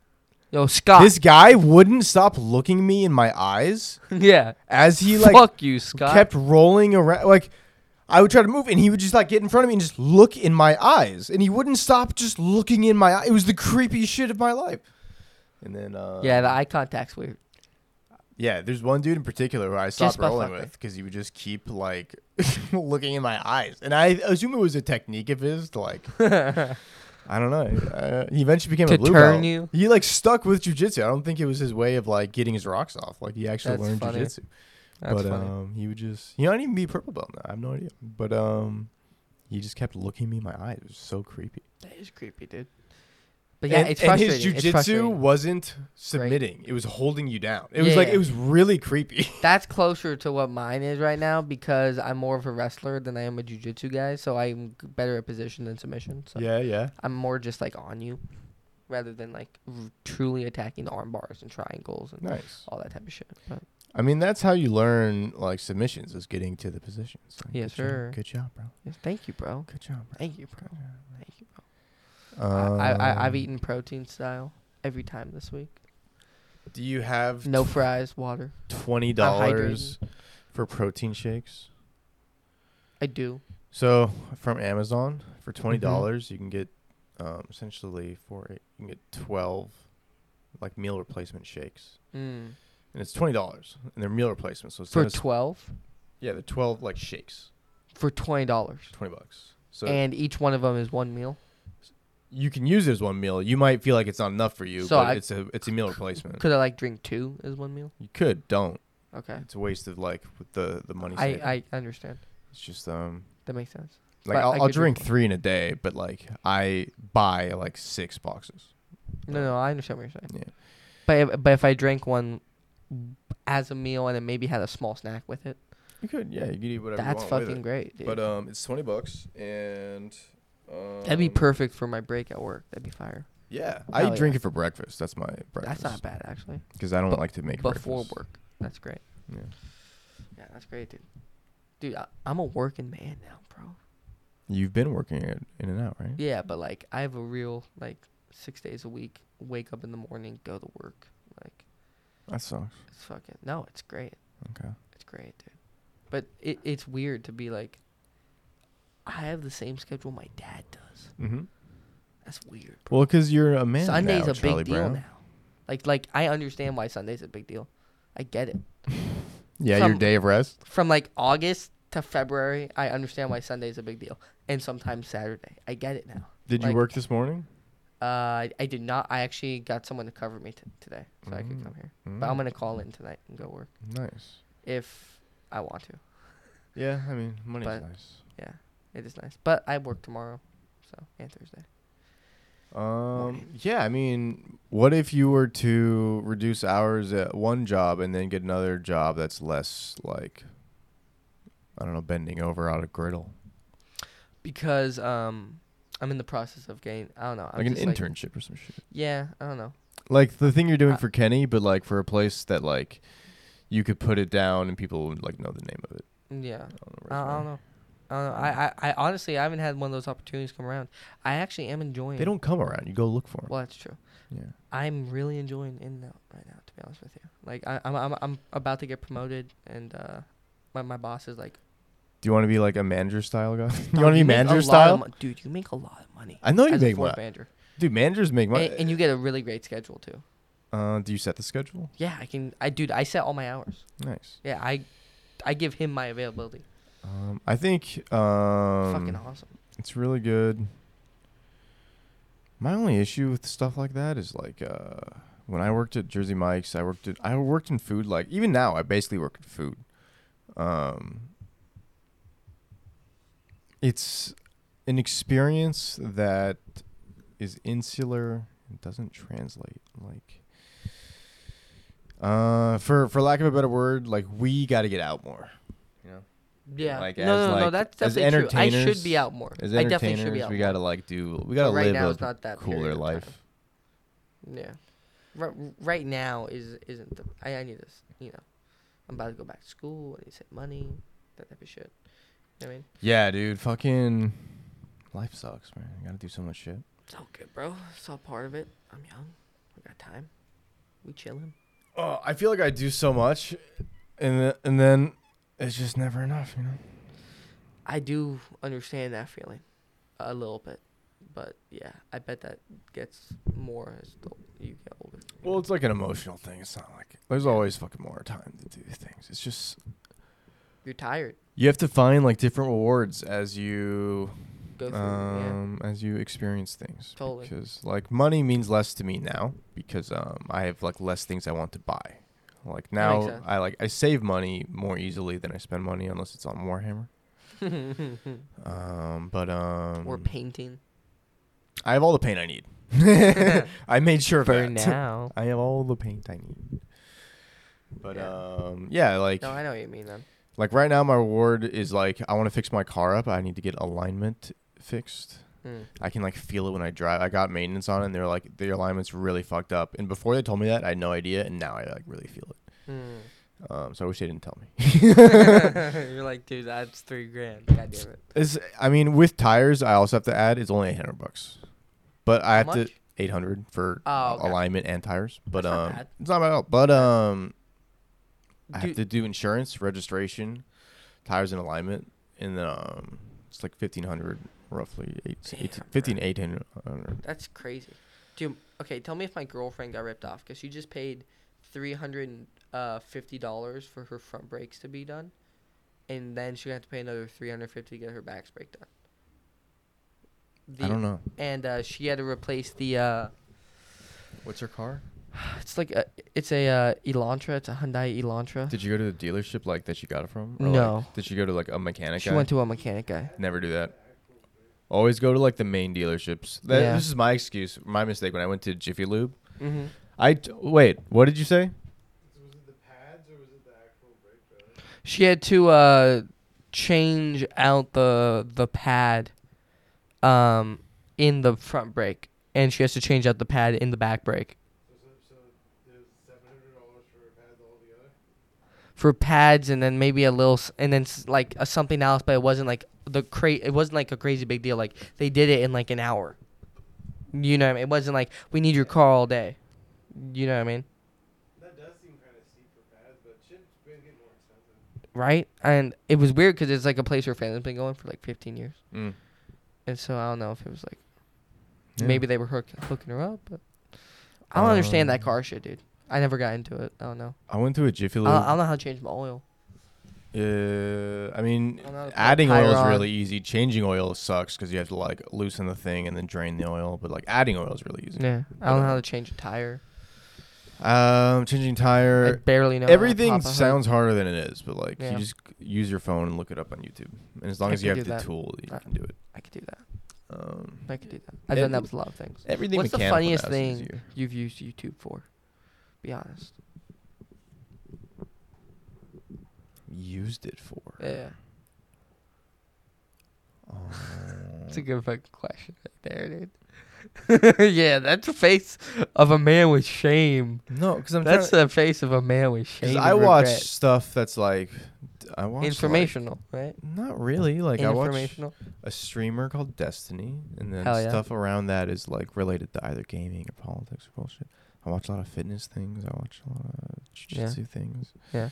Speaker 2: Yo, Scott.
Speaker 1: this guy wouldn't stop looking me in my eyes
Speaker 2: yeah.
Speaker 1: as he like
Speaker 2: fuck you, Scott.
Speaker 1: kept rolling around. Like I would try to move, and he would just like get in front of me and just look in my eyes, and he wouldn't stop just looking in my eye. It was the creepiest shit of my life. And then uh,
Speaker 2: yeah, the eye contact's weird.
Speaker 1: yeah. There's one dude in particular who I stopped
Speaker 2: by
Speaker 1: rolling
Speaker 2: fucking.
Speaker 1: with because he would just keep like looking in my eyes, and I assume it was a technique of his to like
Speaker 2: That's
Speaker 1: I don't know. Uh, he eventually became a
Speaker 2: To
Speaker 1: blue
Speaker 2: turn
Speaker 1: belt.
Speaker 2: you?
Speaker 1: He like stuck with jujitsu. I don't think it was his way of like getting his rocks off. Like he actually
Speaker 2: That's
Speaker 1: learned
Speaker 2: funny.
Speaker 1: jujitsu. But
Speaker 2: funny.
Speaker 1: um, he would just he not even be purple belt. Now. I have no idea. But um, he just kept looking me in my eyes. It was so creepy.
Speaker 2: that is creepy, dude. But yeah,
Speaker 1: and,
Speaker 2: it's
Speaker 1: and
Speaker 2: frustrating.
Speaker 1: his
Speaker 2: it's
Speaker 1: jujitsu
Speaker 2: frustrating.
Speaker 1: wasn't submitting. It was holding you down. It was
Speaker 2: Yeah,
Speaker 1: like
Speaker 2: yeah.
Speaker 1: it was really creepy.
Speaker 2: That's closer to what mine is right now because I'm more of a wrestler than I am a jujitsu guy, so I'm g- better at position than submission. So
Speaker 1: yeah, yeah.
Speaker 2: I'm more just like on you rather than like r- truly attacking arm bars and triangles and
Speaker 1: Nice.
Speaker 2: all that type of shit. But
Speaker 1: I mean, that's how you learn like submissions is getting to the positions. Like,
Speaker 2: Yes,
Speaker 1: good job-
Speaker 2: sir.
Speaker 1: Good job, bro.
Speaker 2: yeah, thank you, bro.
Speaker 1: Good job, bro.
Speaker 2: Thank you, bro. Thank you, bro.
Speaker 1: Um,
Speaker 2: I, I, I, I've eaten protein style every time this week.
Speaker 1: Do you have
Speaker 2: No fries, water.
Speaker 1: twenty
Speaker 2: hydrating.
Speaker 1: dollars for protein shakes.
Speaker 2: I do.
Speaker 1: So from Amazon for twenty
Speaker 2: Mm-hmm.
Speaker 1: dollars, you can get um, essentially for it, you can get twelve like meal replacement shakes,
Speaker 2: Mm.
Speaker 1: and it's twenty dollars, and they're meal replacements. So instead
Speaker 2: For
Speaker 1: of s-
Speaker 2: 12?
Speaker 1: yeah, the twelve like shakes,
Speaker 2: For $20.
Speaker 1: twenty bucks. So
Speaker 2: and each one of them is one meal.
Speaker 1: you can use it as one meal. You might feel like it's not enough for you,
Speaker 2: So
Speaker 1: but
Speaker 2: I-
Speaker 1: it's a it's a meal replacement.
Speaker 2: Could I like drink two as one meal?
Speaker 1: You could don't.
Speaker 2: Okay.
Speaker 1: It's a waste of like with the the money. saving.
Speaker 2: I, I understand.
Speaker 1: it's just um
Speaker 2: That makes sense.
Speaker 1: Like
Speaker 2: But
Speaker 1: I'll,
Speaker 2: I
Speaker 1: I'll
Speaker 2: could drink
Speaker 1: drink three in a day, but like I buy like six boxes.
Speaker 2: No, no, I understand what you're saying.
Speaker 1: Yeah.
Speaker 2: But if, but if I drank one as a meal and then maybe had a small snack with it,
Speaker 1: You could, yeah, you could eat whatever.
Speaker 2: that's
Speaker 1: you want with
Speaker 2: fucking
Speaker 1: it.
Speaker 2: great, dude.
Speaker 1: But um, it's twenty bucks, and um,
Speaker 2: That'd be perfect for my break at work. That'd be fire.
Speaker 1: Yeah, I
Speaker 2: Hell
Speaker 1: drink
Speaker 2: yeah.
Speaker 1: it for breakfast. That's my breakfast.
Speaker 2: That's not bad actually.
Speaker 1: because I don't
Speaker 2: Bu-
Speaker 1: like to make
Speaker 2: Before
Speaker 1: breakfast.
Speaker 2: work, that's great.
Speaker 1: Yeah.
Speaker 2: Yeah, that's great, dude. Dude, I, I'm a working man now, bro.
Speaker 1: You've been working it in and out, right?
Speaker 2: Yeah, but like I have a real like six days a week. Wake up in the morning, go to work. Like
Speaker 1: That sucks.
Speaker 2: it's fucking no, it's great.
Speaker 1: Okay.
Speaker 2: It's great, dude. But it, it's weird to be like, I have the same schedule my dad does.
Speaker 1: Mm-hmm.
Speaker 2: That's weird.
Speaker 1: Well, because you're a man.
Speaker 2: Sunday's
Speaker 1: now,
Speaker 2: a
Speaker 1: Charlie
Speaker 2: big deal
Speaker 1: Brown.
Speaker 2: now. Like like I understand why Sunday's a big deal. I get it.
Speaker 1: Yeah, your
Speaker 2: Some-
Speaker 1: day of rest.
Speaker 2: From like August to February, I understand why Sunday's a big deal, and sometimes Saturday. I get it now.
Speaker 1: Did you
Speaker 2: like-
Speaker 1: work this morning?
Speaker 2: Uh, I, I did not. I actually got someone to cover me t- today, so I could
Speaker 1: Mm.
Speaker 2: come here. But I'm gonna call in tonight and go work
Speaker 1: Nice.
Speaker 2: if I want to.
Speaker 1: Yeah, I mean, money's
Speaker 2: But-
Speaker 1: nice.
Speaker 2: Yeah, it is nice. But I work tomorrow, so and Thursday.
Speaker 1: Um, yeah, I mean, what if you were to reduce hours at one job and then get another job that's less like, I don't know, bending over out of griddle,
Speaker 2: because um, I'm in the process of getting. I don't know. I'm
Speaker 1: like an
Speaker 2: just,
Speaker 1: internship or some shit,
Speaker 2: yeah, I don't know.
Speaker 1: like the thing you're doing
Speaker 2: Uh,
Speaker 1: for Kenny, but like for a place that like you could put it down and people would like know the name of it.
Speaker 2: Yeah,
Speaker 1: On the
Speaker 2: I, I
Speaker 1: resume.
Speaker 2: don't know. I don't know.
Speaker 1: Mm.
Speaker 2: I, I, I honestly I haven't had one of those opportunities come around. I actually am enjoying.
Speaker 1: They don't come around. You go look for them.
Speaker 2: Well, that's true.
Speaker 1: Yeah.
Speaker 2: I'm really enjoying In and Out right now, to be honest with you. Like I, I'm, I'm, I'm about to get promoted, and uh, my, my boss is like,
Speaker 1: Do you want to be like a manager style guy? you
Speaker 2: "Dog,
Speaker 1: want to be
Speaker 2: make a lot
Speaker 1: manager
Speaker 2: of
Speaker 1: style?
Speaker 2: mon- dude. You make a lot of money.
Speaker 1: I know you
Speaker 2: as a
Speaker 1: make
Speaker 2: floor
Speaker 1: money.
Speaker 2: manager,
Speaker 1: Dude, managers make money.
Speaker 2: and, and you get a really great schedule too.
Speaker 1: uh, do you set the schedule?
Speaker 2: Yeah, I can. I dude, I set all my hours.
Speaker 1: Nice.
Speaker 2: Yeah, I, I give him my availability.
Speaker 1: Um, I think um,
Speaker 2: Fucking awesome.
Speaker 1: It's really good. My only issue with stuff like that is like uh, when I worked at Jersey Mike's, I worked at I worked in food. Like even now, I basically work in food. Um, it's an experience that is insular and doesn't translate. Like, uh, for for lack of a better word, like we got to get out more. You know.
Speaker 2: Yeah.
Speaker 1: like,
Speaker 2: no,
Speaker 1: as,
Speaker 2: no, no, no.
Speaker 1: like,
Speaker 2: That's
Speaker 1: as
Speaker 2: definitely true. I should
Speaker 1: entertainers-
Speaker 2: be out more.
Speaker 1: As
Speaker 2: I
Speaker 1: entertainers,
Speaker 2: definitely should be out.
Speaker 1: we
Speaker 2: more.
Speaker 1: gotta like do. We gotta
Speaker 2: But right
Speaker 1: live
Speaker 2: now
Speaker 1: a
Speaker 2: it's not that period
Speaker 1: cooler
Speaker 2: of
Speaker 1: life.
Speaker 2: time. Yeah. Right, right now is isn't the I, I need this, you know. I'm about to go back to school, I need to save money, that type of shit. You know what I mean?
Speaker 1: Yeah, dude. Fucking life sucks, man. You gotta do so much shit.
Speaker 2: It's all good, bro. It's all part of it. I'm young. I got time. We chilling.
Speaker 1: Oh, I feel like I do so much, and th- and then it's just never enough, you know.
Speaker 2: I do understand that feeling a little bit. But yeah, I bet that gets more as the, you get older. you
Speaker 1: Well,
Speaker 2: know?
Speaker 1: it's like an emotional thing. It's not like there's always fucking more time to do things. It's just
Speaker 2: you're tired.
Speaker 1: you have to find like different rewards as you
Speaker 2: Go through yeah.
Speaker 1: um as you experience things.
Speaker 2: Totally.
Speaker 1: Because like money means less to me now because um I have like less things I want to buy. Like
Speaker 2: That makes
Speaker 1: now
Speaker 2: sense.
Speaker 1: I like I save money more easily than I spend money unless it's on Warhammer. Um, but um,
Speaker 2: or painting.
Speaker 1: I have all the paint I need. I made sure of
Speaker 2: For
Speaker 1: that.
Speaker 2: now.
Speaker 1: I have all the paint I need. But
Speaker 2: Yeah.
Speaker 1: um, yeah, like
Speaker 2: No, I know what you mean then.
Speaker 1: like right now, my reward is like I want to fix my car up. I need to get alignment fixed.
Speaker 2: Mm.
Speaker 1: I can like feel it when I drive. I got maintenance on it, and they're like the alignment's really fucked up. And before they told me that, I had no idea, and now I like really feel it.
Speaker 2: Mm.
Speaker 1: Um, so I wish they didn't tell me.
Speaker 2: You're like, dude, that's three grand. God damn it.
Speaker 1: It's, I mean, with tires, I also have to add it's only eight hundred bucks, but I
Speaker 2: How
Speaker 1: have to
Speaker 2: much?
Speaker 1: eight hundred for
Speaker 2: Oh, okay.
Speaker 1: alignment and tires. But
Speaker 2: That's not
Speaker 1: um,
Speaker 2: bad.
Speaker 1: it's not bad at all. But um, I have
Speaker 2: Dude,
Speaker 1: to do insurance, registration, tires and alignment, and then um, it's like fifteen hundred roughly, eight, eight,
Speaker 2: Damn, bro.
Speaker 1: 15, 1800.
Speaker 2: that's crazy. Dude, okay, tell me if my girlfriend got ripped off because she just paid three hundred and uh, fifty dollars for her front brakes to be done, and then she had to pay another three hundred fifty to get her back brake done. The,
Speaker 1: I don't know.
Speaker 2: And uh, she had to replace the. Uh,
Speaker 1: What's your car?
Speaker 2: it's like a, it's a uh, Elantra. It's a Hyundai Elantra.
Speaker 1: Did you go to the dealership like that you got it from?
Speaker 2: Or, like, No.
Speaker 1: did you go to like a mechanic?
Speaker 2: she went to a mechanic guy.
Speaker 1: Never do that. Always go to like the main dealerships. That,
Speaker 2: Yeah.
Speaker 1: This is my excuse, my mistake. When I went to Jiffy Lube,
Speaker 2: Mm-hmm.
Speaker 1: I t- wait. What did you say?
Speaker 2: She had to uh, change out the the pad um, in the front brake, and she has to change out the pad in the back brake. For pads and then maybe a little, s- and then s- like a something else, but it wasn't like the cra- It wasn't like a crazy big deal. Like they did it in like an hour. You know what I mean? It wasn't like we need your car all day. You know what I mean? Right? And it was weird because it's like a place her family's been going for like 15 years.
Speaker 1: Mm.
Speaker 2: And so I don't know if it was like
Speaker 1: Yeah.
Speaker 2: maybe they were hook, hooking her up, but I don't understand
Speaker 1: Um,
Speaker 2: that car shit, dude. I never got into it. I don't know.
Speaker 1: I went to a Jiffy
Speaker 2: I
Speaker 1: Lube.
Speaker 2: don't, I don't know how to change my oil.
Speaker 1: Uh, I mean,
Speaker 2: I don't know if
Speaker 1: adding oil is
Speaker 2: Pyron-
Speaker 1: really easy. Changing oil sucks because you have to like loosen the thing and then drain the oil. But like adding oil is really easy.
Speaker 2: Yeah, I don't know how to change a tire.
Speaker 1: Um, changing
Speaker 2: I
Speaker 1: tire.
Speaker 2: barely know. how to
Speaker 1: Everything
Speaker 2: pop a hood.
Speaker 1: sounds harder than it is, but like
Speaker 2: Yeah.
Speaker 1: you just use your phone and look it up on YouTube. And as long
Speaker 2: I
Speaker 1: as you
Speaker 2: could
Speaker 1: have
Speaker 2: do
Speaker 1: the
Speaker 2: that.
Speaker 1: tool, you
Speaker 2: Uh,
Speaker 1: can do it.
Speaker 2: I could do that.
Speaker 1: Um,
Speaker 2: I could do that. I've done that with a lot of things.
Speaker 1: everything.
Speaker 2: What's the
Speaker 1: mechanical
Speaker 2: funniest
Speaker 1: now is
Speaker 2: thing?
Speaker 1: easier.
Speaker 2: You've used YouTube for. Be honest.
Speaker 1: used it for?
Speaker 2: Yeah.
Speaker 1: Um,
Speaker 2: That's a good fucking question right there, dude. yeah, that's the face of a man with shame.
Speaker 1: no, because I'm
Speaker 2: That's
Speaker 1: trying.
Speaker 2: the face of a man with shame.
Speaker 1: Because
Speaker 2: and
Speaker 1: I watch
Speaker 2: regret.
Speaker 1: stuff that's like, d- I watch like-
Speaker 2: informational, right?
Speaker 1: not really. Like I watch
Speaker 2: informational.
Speaker 1: a streamer called Destiny, and then
Speaker 2: Hell yeah.
Speaker 1: stuff around that is like related to either gaming or politics or bullshit. I watch a lot of fitness things. I watch a lot of
Speaker 2: Yeah.
Speaker 1: jujitsu things.
Speaker 2: Yeah.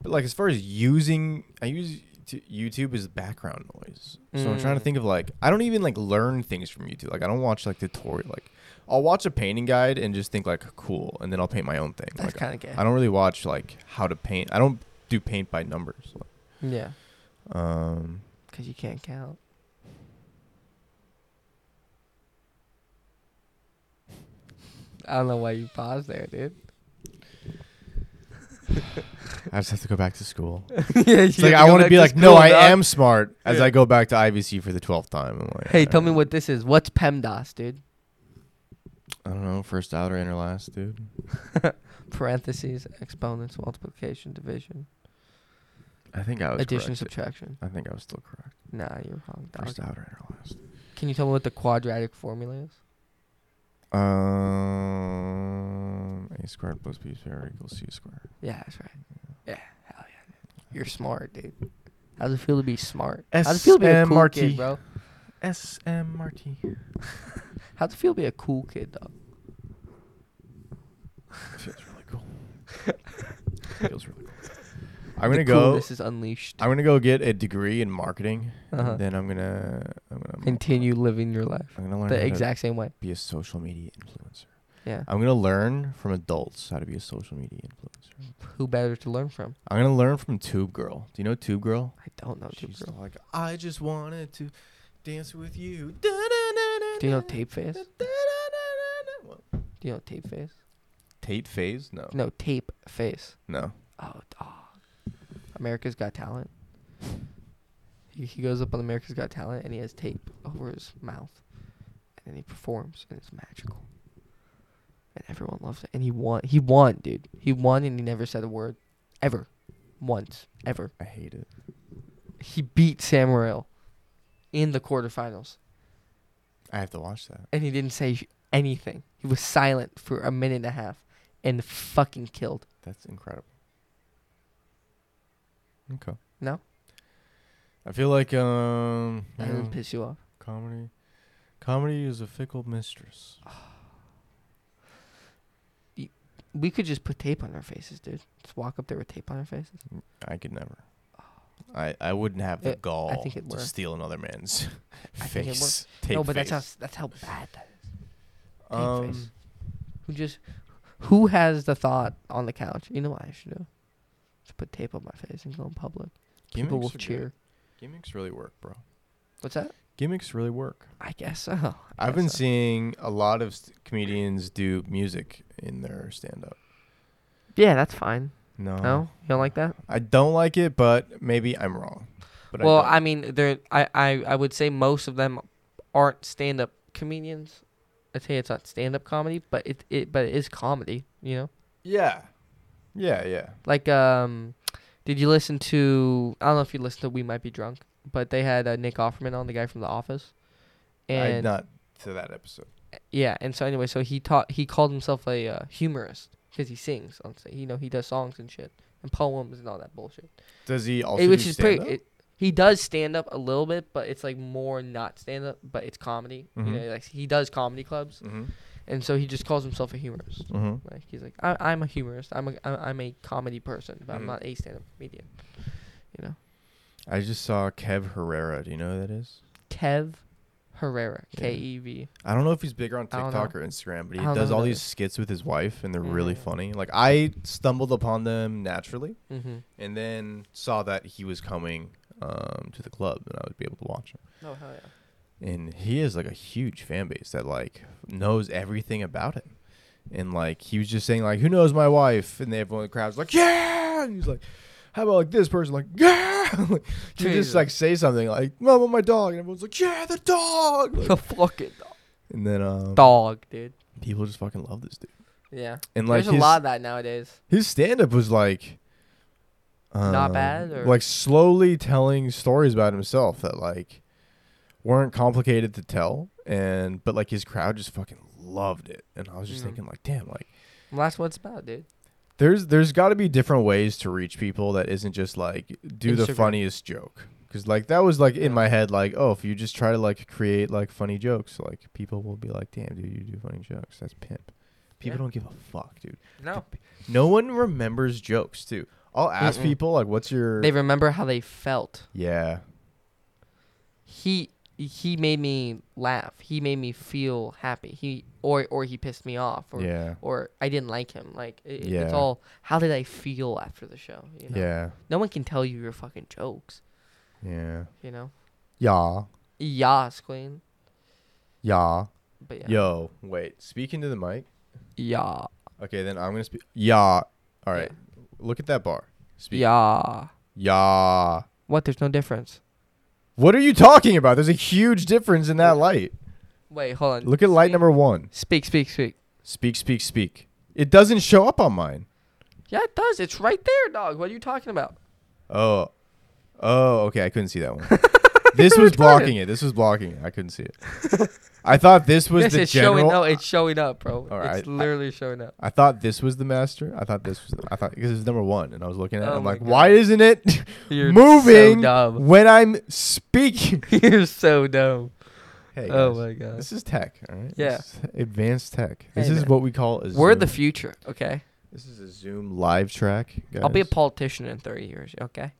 Speaker 1: But like as far as using, I use to YouTube as background noise. So I'm trying to
Speaker 2: Mm.
Speaker 1: think of like I don't even like learn things from YouTube. Like I don't watch like tutorial. Like I'll watch a painting guide and just think like cool, and then I'll paint my own thing.
Speaker 2: That's
Speaker 1: like
Speaker 2: kind of gay.
Speaker 1: I don't really watch like how to paint. I don't do paint by numbers.
Speaker 2: Yeah,
Speaker 1: Um,
Speaker 2: because you can't count. I don't know why you paused there, dude.
Speaker 1: I just have to go back to school.
Speaker 2: yeah,
Speaker 1: It's like I want to be like, no, I am smart. As I go back to IVC for the twelfth time, I'm like,
Speaker 2: Hey, tell me
Speaker 1: "Alright."
Speaker 2: what this is. What's PEMDAS, dude?
Speaker 1: I don't know. First out or inner last, dude.
Speaker 2: Parentheses, exponents, multiplication, division,
Speaker 1: I think I was
Speaker 2: addition,
Speaker 1: correct.
Speaker 2: subtraction.
Speaker 1: I think I was still correct.
Speaker 2: Nah, you're wrong. dog.
Speaker 1: First out or inner last.
Speaker 2: Can you tell me what the quadratic formula is?
Speaker 1: Um, a squared plus b squared equals c squared.
Speaker 2: Yeah, that's right. Yeah, hell yeah. dude. You're smart, dude. How does it feel to be smart? How does it feel to be a cool
Speaker 1: SMRT.
Speaker 2: kid, bro?
Speaker 1: SMRT.
Speaker 2: How does it feel to be a cool kid, though?
Speaker 1: Feels really cool. Feels really cool. I'm
Speaker 2: The
Speaker 1: gonna go.
Speaker 2: Coolness is unleashed.
Speaker 1: I'm gonna go get a degree in marketing.
Speaker 2: Uh-huh.
Speaker 1: And then I'm gonna. I'm gonna.
Speaker 2: Continue living your life
Speaker 1: I'm gonna learn how
Speaker 2: the
Speaker 1: to
Speaker 2: exact same way.
Speaker 1: be a social media influencer.
Speaker 2: Yeah.
Speaker 1: I'm gonna learn from adults how to be a social media influencer.
Speaker 2: Who better to learn from?
Speaker 1: I'm gonna learn from Tube Girl. Do you know Tube Girl?
Speaker 2: I don't know, dude.
Speaker 1: She's
Speaker 2: bro.
Speaker 1: like, I just wanted to dance with you. Da-da-da-da-da.
Speaker 2: Do you know Tape Face?
Speaker 1: Da-da-da-da-da. What?
Speaker 2: Do you know Tape Face?
Speaker 1: Tape phase? No.
Speaker 2: No, Tape Face.
Speaker 1: No.
Speaker 2: Oh, dog. America's Got Talent. He, he goes up on America's Got Talent and he has tape over his mouth. And then he performs and it's magical. And everyone loves it. And he won. He won, dude. He won and he never said a word. Ever. Once. Ever.
Speaker 1: I hate it.
Speaker 2: He beat Sam Morril in the quarterfinals.
Speaker 1: I have to watch that.
Speaker 2: And he didn't say sh- anything. He was silent for a minute and a half and fucking killed.
Speaker 1: That's incredible. Okay.
Speaker 2: No?
Speaker 1: I feel like um
Speaker 2: That
Speaker 1: you know,
Speaker 2: didn't piss you off.
Speaker 1: comedy comedy is a fickle mistress.
Speaker 2: We could just put tape on our faces, dude. Just walk up there with tape on our faces.
Speaker 1: I could never. I, I wouldn't have the
Speaker 2: It- I
Speaker 1: gall
Speaker 2: think it
Speaker 1: to
Speaker 2: worked.
Speaker 1: steal another man's
Speaker 2: I think it worked.
Speaker 1: face. Tape
Speaker 2: no, but that's how
Speaker 1: face.
Speaker 2: s- that's how bad that is. tape
Speaker 1: um,
Speaker 2: face. Who just who has the thought on the couch? You know what I should do? Just put tape on my face and go in public. People will
Speaker 1: gimmicks are
Speaker 2: cheer.
Speaker 1: good. Gimmicks really work, bro.
Speaker 2: What's that?
Speaker 1: Gimmicks really work.
Speaker 2: I guess so. I
Speaker 1: I've
Speaker 2: guess
Speaker 1: been
Speaker 2: so.
Speaker 1: seeing a lot of st- comedians do music in their stand up.
Speaker 2: Yeah, that's fine.
Speaker 1: No.
Speaker 2: No, you don't like that.
Speaker 1: I don't like it, but maybe I'm wrong. But
Speaker 2: well,
Speaker 1: I
Speaker 2: I, mean, there. I, I I would say most of them aren't stand up comedians. I'd say it's not stand up comedy, but it it but it is comedy. You know.
Speaker 1: yeah. Yeah, yeah.
Speaker 2: Like, um, did you listen to? I don't know if you listened to "We Might Be Drunk," but they had uh, Nick Offerman on, the guy from The Office,
Speaker 1: I'm
Speaker 2: and
Speaker 1: not to that episode.
Speaker 2: yeah, and so anyway, so he taught he called himself a uh, humorist because he sings on stage. You know, he does songs and shit and poems and all that bullshit,
Speaker 1: Does Oh, he also
Speaker 2: Eh, which
Speaker 1: do
Speaker 2: is pretty.
Speaker 1: stand-up?
Speaker 2: It, he does stand up a little bit, but it's like more not stand up, but it's comedy. You
Speaker 1: Mhm.
Speaker 2: know, like he does comedy clubs,
Speaker 1: Mhm.
Speaker 2: and so he just calls himself a humorist.
Speaker 1: Mhm.
Speaker 2: Like he's like, I, I'm a humorist. I'm a I- I'm a comedy person, but
Speaker 1: Mhm.
Speaker 2: I'm not a stand up comedian. You know,
Speaker 1: I just saw Kev Herrera. Do you know who that is?
Speaker 2: Kev Herrera,
Speaker 1: Yeah.
Speaker 2: K E V.
Speaker 1: I don't know if he's bigger on
Speaker 2: I don't
Speaker 1: TikTok
Speaker 2: know.
Speaker 1: or Instagram, but
Speaker 2: I
Speaker 1: he
Speaker 2: don't
Speaker 1: does
Speaker 2: know who
Speaker 1: all
Speaker 2: that
Speaker 1: these
Speaker 2: is.
Speaker 1: skits with his wife, and they're really
Speaker 2: Mm.
Speaker 1: funny. Like I stumbled upon them naturally,
Speaker 2: Mm-hmm.
Speaker 1: and then saw that he was coming um, to the club, and I would be able to watch him.
Speaker 2: Oh hell yeah!
Speaker 1: And he is like a huge fan base that like knows everything about him, and like he was just saying like, "Who knows my wife?" And everyone in the crowd's like, "Yeah!" And he's like, how about like this person? Like, yeah, like, you
Speaker 2: Jesus.
Speaker 1: just like say something like, "Mom, want my dog," and everyone's like, "Yeah, the dog."
Speaker 2: The
Speaker 1: Like,
Speaker 2: fucking
Speaker 1: and then um,
Speaker 2: dog, dude.
Speaker 1: people just fucking love this dude.
Speaker 2: Yeah.
Speaker 1: And like
Speaker 2: There's
Speaker 1: his,
Speaker 2: a lot of that nowadays.
Speaker 1: his stand-up was like,
Speaker 2: Not
Speaker 1: um,
Speaker 2: bad, or-
Speaker 1: Like slowly telling stories about himself that like weren't complicated to tell, and but like his crowd just fucking loved it, and I was just
Speaker 2: Mhm.
Speaker 1: thinking like, damn, like.
Speaker 2: Well, that's what it's about, dude.
Speaker 1: There's there's got to be different ways to reach people that isn't just like do the
Speaker 2: Instagram.
Speaker 1: funniest joke because like that was like
Speaker 2: Yeah.
Speaker 1: in my head like oh if you just try to like create like funny jokes like people will be like damn dude you do funny jokes that's pimp people
Speaker 2: Yeah.
Speaker 1: don't give a fuck dude
Speaker 2: No.
Speaker 1: no one remembers jokes too I'll ask
Speaker 2: Mm-mm.
Speaker 1: people like what's your
Speaker 2: They remember how they felt.
Speaker 1: yeah
Speaker 2: He he made me laugh. He made me feel happy. He or or he pissed me off or
Speaker 1: yeah
Speaker 2: or I didn't like him. Like it,
Speaker 1: Yeah.
Speaker 2: it's all how did I feel after the show? You know?
Speaker 1: yeah
Speaker 2: No one can tell you your fucking jokes.
Speaker 1: yeah
Speaker 2: You know.
Speaker 1: yeah
Speaker 2: Yas, queen.
Speaker 1: yeah
Speaker 2: But yeah.
Speaker 1: yo wait speaking to the mic
Speaker 2: Yeah.
Speaker 1: okay then I'm gonna speak yeah all right look at that bar speak
Speaker 2: Yeah.
Speaker 1: yeah.
Speaker 2: What? There's no difference.
Speaker 1: What are you talking about? There's a huge difference in that light.
Speaker 2: Wait, hold on.
Speaker 1: Look at light
Speaker 2: Speak-
Speaker 1: number one.
Speaker 2: Speak, speak, speak.
Speaker 1: Speak, speak, speak. It doesn't show up on mine.
Speaker 2: Yeah, it does. It's right there, dog. What are you talking about?
Speaker 1: Oh. Oh, okay. I couldn't see that one. this was blocking it. This was blocking it. I couldn't see it. I thought this was
Speaker 2: Yes,
Speaker 1: the
Speaker 2: it's
Speaker 1: general.
Speaker 2: showing. No, it's showing up, bro.
Speaker 1: All right,
Speaker 2: It's
Speaker 1: I-
Speaker 2: literally showing up.
Speaker 1: I thought this was the master. I thought this was. The, I thought because it's number one, and I was looking at. it.
Speaker 2: Oh
Speaker 1: I'm
Speaker 2: my
Speaker 1: like,
Speaker 2: God.
Speaker 1: why isn't it
Speaker 2: You're
Speaker 1: moving
Speaker 2: so dumb.
Speaker 1: when I'm speaking?
Speaker 2: You're so dumb.
Speaker 1: Hey,
Speaker 2: oh
Speaker 1: guys,
Speaker 2: my god.
Speaker 1: this is tech. All right.
Speaker 2: Yeah.
Speaker 1: This is advanced tech. This
Speaker 2: Hey,
Speaker 1: is
Speaker 2: man.
Speaker 1: what we call. A
Speaker 2: We're the
Speaker 1: Zoom.
Speaker 2: future, okay?
Speaker 1: This is a Zoom live track. Guys.
Speaker 2: I'll be a politician in 30 years, okay?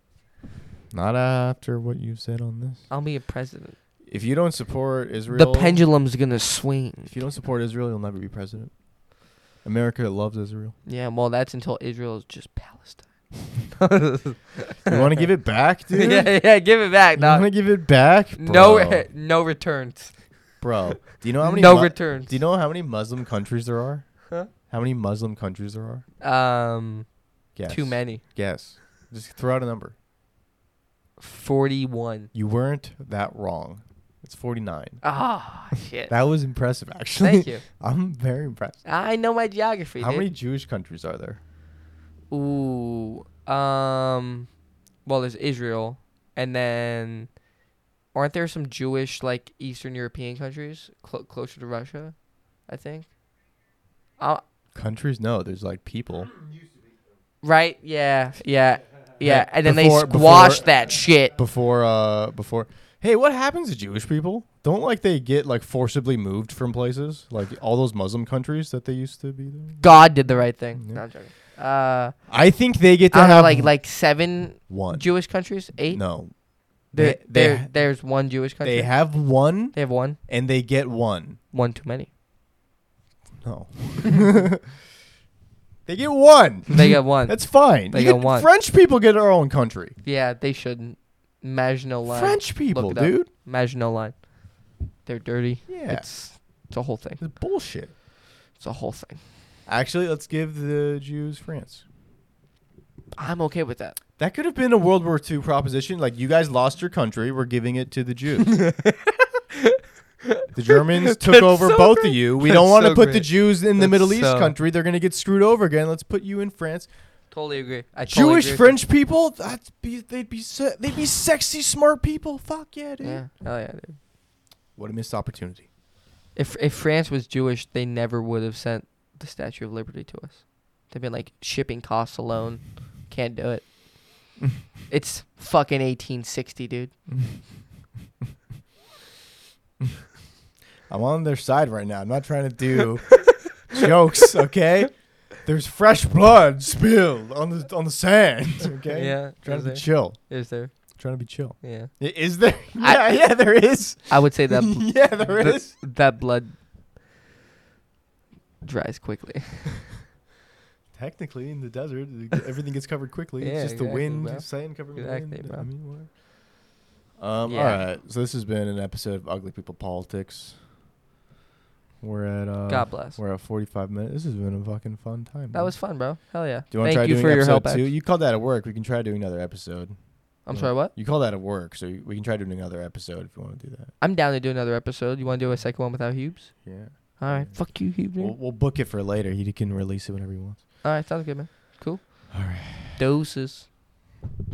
Speaker 1: Not after what you said on this.
Speaker 2: I'll be a president.
Speaker 1: If you don't support Israel,
Speaker 2: The pendulum's gonna swing.
Speaker 1: If you don't support Israel, you'll never be president. America loves Israel.
Speaker 2: Yeah, well, that's until Israel is just Palestine.
Speaker 1: You want to give it back, dude?
Speaker 2: yeah, yeah, give it back,
Speaker 1: You want
Speaker 2: dog.
Speaker 1: to give it back,
Speaker 2: No,
Speaker 1: bro?
Speaker 2: re- no returns.
Speaker 1: bro. Do you know how many?
Speaker 2: no
Speaker 1: mu-
Speaker 2: returns.
Speaker 1: do you know how many Muslim countries there are?
Speaker 2: Huh?
Speaker 1: How many Muslim countries there are?
Speaker 2: Um,
Speaker 1: Guess.
Speaker 2: too many.
Speaker 1: Guess. Just throw out a number.
Speaker 2: Forty-one.
Speaker 1: You weren't that wrong. It's forty-nine.
Speaker 2: Ah, shit.
Speaker 1: That was impressive, actually.
Speaker 2: Thank you.
Speaker 1: I'm very impressed.
Speaker 2: I know my geography.
Speaker 1: How
Speaker 2: dude.
Speaker 1: many Jewish countries are there?
Speaker 2: Ooh. Um. Well, there's Israel, and then aren't there some Jewish like Eastern European countries clo closer to Russia? I think. Uh,
Speaker 1: Countries? No, there's like people.
Speaker 2: right. Yeah. Yeah. Yeah.
Speaker 1: Hey,
Speaker 2: And then
Speaker 1: before-
Speaker 2: they squashed
Speaker 1: before-
Speaker 2: that shit.
Speaker 1: before uh before hey what happens to jewish people don't like they get like forcibly moved from places like all those muslim countries that they used to be there
Speaker 2: God did the right thing.
Speaker 1: Yeah.
Speaker 2: No, I'm joking. Uh,
Speaker 1: i think they get to
Speaker 2: I don't know,
Speaker 1: have
Speaker 2: like like seven
Speaker 1: one
Speaker 2: Jewish countries, eight.
Speaker 1: no
Speaker 2: There,
Speaker 1: They- they-
Speaker 2: there, there's one Jewish country.
Speaker 1: they have one
Speaker 2: They have one,
Speaker 1: and they get one
Speaker 2: one too many.
Speaker 1: no they get one
Speaker 2: They got one.
Speaker 1: that's fine
Speaker 2: They
Speaker 1: You
Speaker 2: get
Speaker 1: could-
Speaker 2: one.
Speaker 1: french people get our own country
Speaker 2: yeah, they shouldn't. Maginot line.
Speaker 1: french people
Speaker 2: it up.
Speaker 1: dude
Speaker 2: Maginot line. They're dirty.
Speaker 1: yeah it's,
Speaker 2: It's it's a whole thing.
Speaker 1: bullshit
Speaker 2: It's a whole thing.
Speaker 1: actually let's give the jews france
Speaker 2: I'm okay with that.
Speaker 1: that could have been a World War II proposition. Like, you guys lost your country. We're giving it to the Jews. The Germans took
Speaker 2: That's
Speaker 1: over
Speaker 2: so
Speaker 1: both
Speaker 2: great.
Speaker 1: of you. We
Speaker 2: That's
Speaker 1: don't want to
Speaker 2: so
Speaker 1: put the
Speaker 2: great.
Speaker 1: Jews in the
Speaker 2: That's
Speaker 1: Middle East
Speaker 2: so-
Speaker 1: country. They're going to get screwed over again. Let's put you in France.
Speaker 2: Totally agree. I totally
Speaker 1: Jewish
Speaker 2: agree with
Speaker 1: French people, that's be they'd be se- they'd be sexy smart people. Fuck yeah,
Speaker 2: you.
Speaker 1: dude.
Speaker 2: Yeah. Oh yeah. Dude.
Speaker 1: What a missed opportunity.
Speaker 2: If if France was Jewish, they never would have sent the Statue of Liberty to us. They've been like shipping costs alone. Can't do it. it's fucking 1860, dude.
Speaker 1: I'm on their side right now. I'm not trying to do jokes, okay? There's fresh blood spilled on the on the sand, okay?
Speaker 2: Yeah.
Speaker 1: Trying
Speaker 2: is
Speaker 1: to be
Speaker 2: there?
Speaker 1: chill.
Speaker 2: Is there?
Speaker 1: Trying to be chill.
Speaker 2: Yeah.
Speaker 1: I- Is there? Yeah,
Speaker 2: I-
Speaker 1: yeah, there is.
Speaker 2: I would say that bl-
Speaker 1: yeah, there is.
Speaker 2: th- that blood dries quickly.
Speaker 1: Technically, in the desert, it- everything gets covered quickly.
Speaker 2: Yeah,
Speaker 1: it's just the
Speaker 2: exactly,
Speaker 1: wind,
Speaker 2: bro.
Speaker 1: sand covered with
Speaker 2: Exactly,
Speaker 1: wind.
Speaker 2: bro.
Speaker 1: I mean, whatever. Um,
Speaker 2: Yeah.
Speaker 1: All right. So this has been an episode of Ugly People Politics. We're at uh,
Speaker 2: God bless.
Speaker 1: We're at 45 minutes. This has been a fucking fun time.
Speaker 2: That
Speaker 1: man.
Speaker 2: was fun, bro. Hell yeah.
Speaker 1: Do you want to
Speaker 2: Thank
Speaker 1: try
Speaker 2: you
Speaker 1: doing
Speaker 2: for your
Speaker 1: episode
Speaker 2: help.
Speaker 1: two?
Speaker 2: Ax.
Speaker 1: You called that at work. We can try doing another episode.
Speaker 2: I'm
Speaker 1: Yeah.
Speaker 2: sorry, what?
Speaker 1: You call that at work, so we can try doing another episode if you want to do that.
Speaker 2: I'm down to do another episode. You want to do a second one without Hubes?
Speaker 1: Yeah.
Speaker 2: All right.
Speaker 1: Yeah.
Speaker 2: Fuck you, Hubes.
Speaker 1: We'll,
Speaker 2: All
Speaker 1: we'll book it for later. He can release it whenever he wants.
Speaker 2: right. Sounds good, man. Cool.
Speaker 1: All right.
Speaker 2: Doses.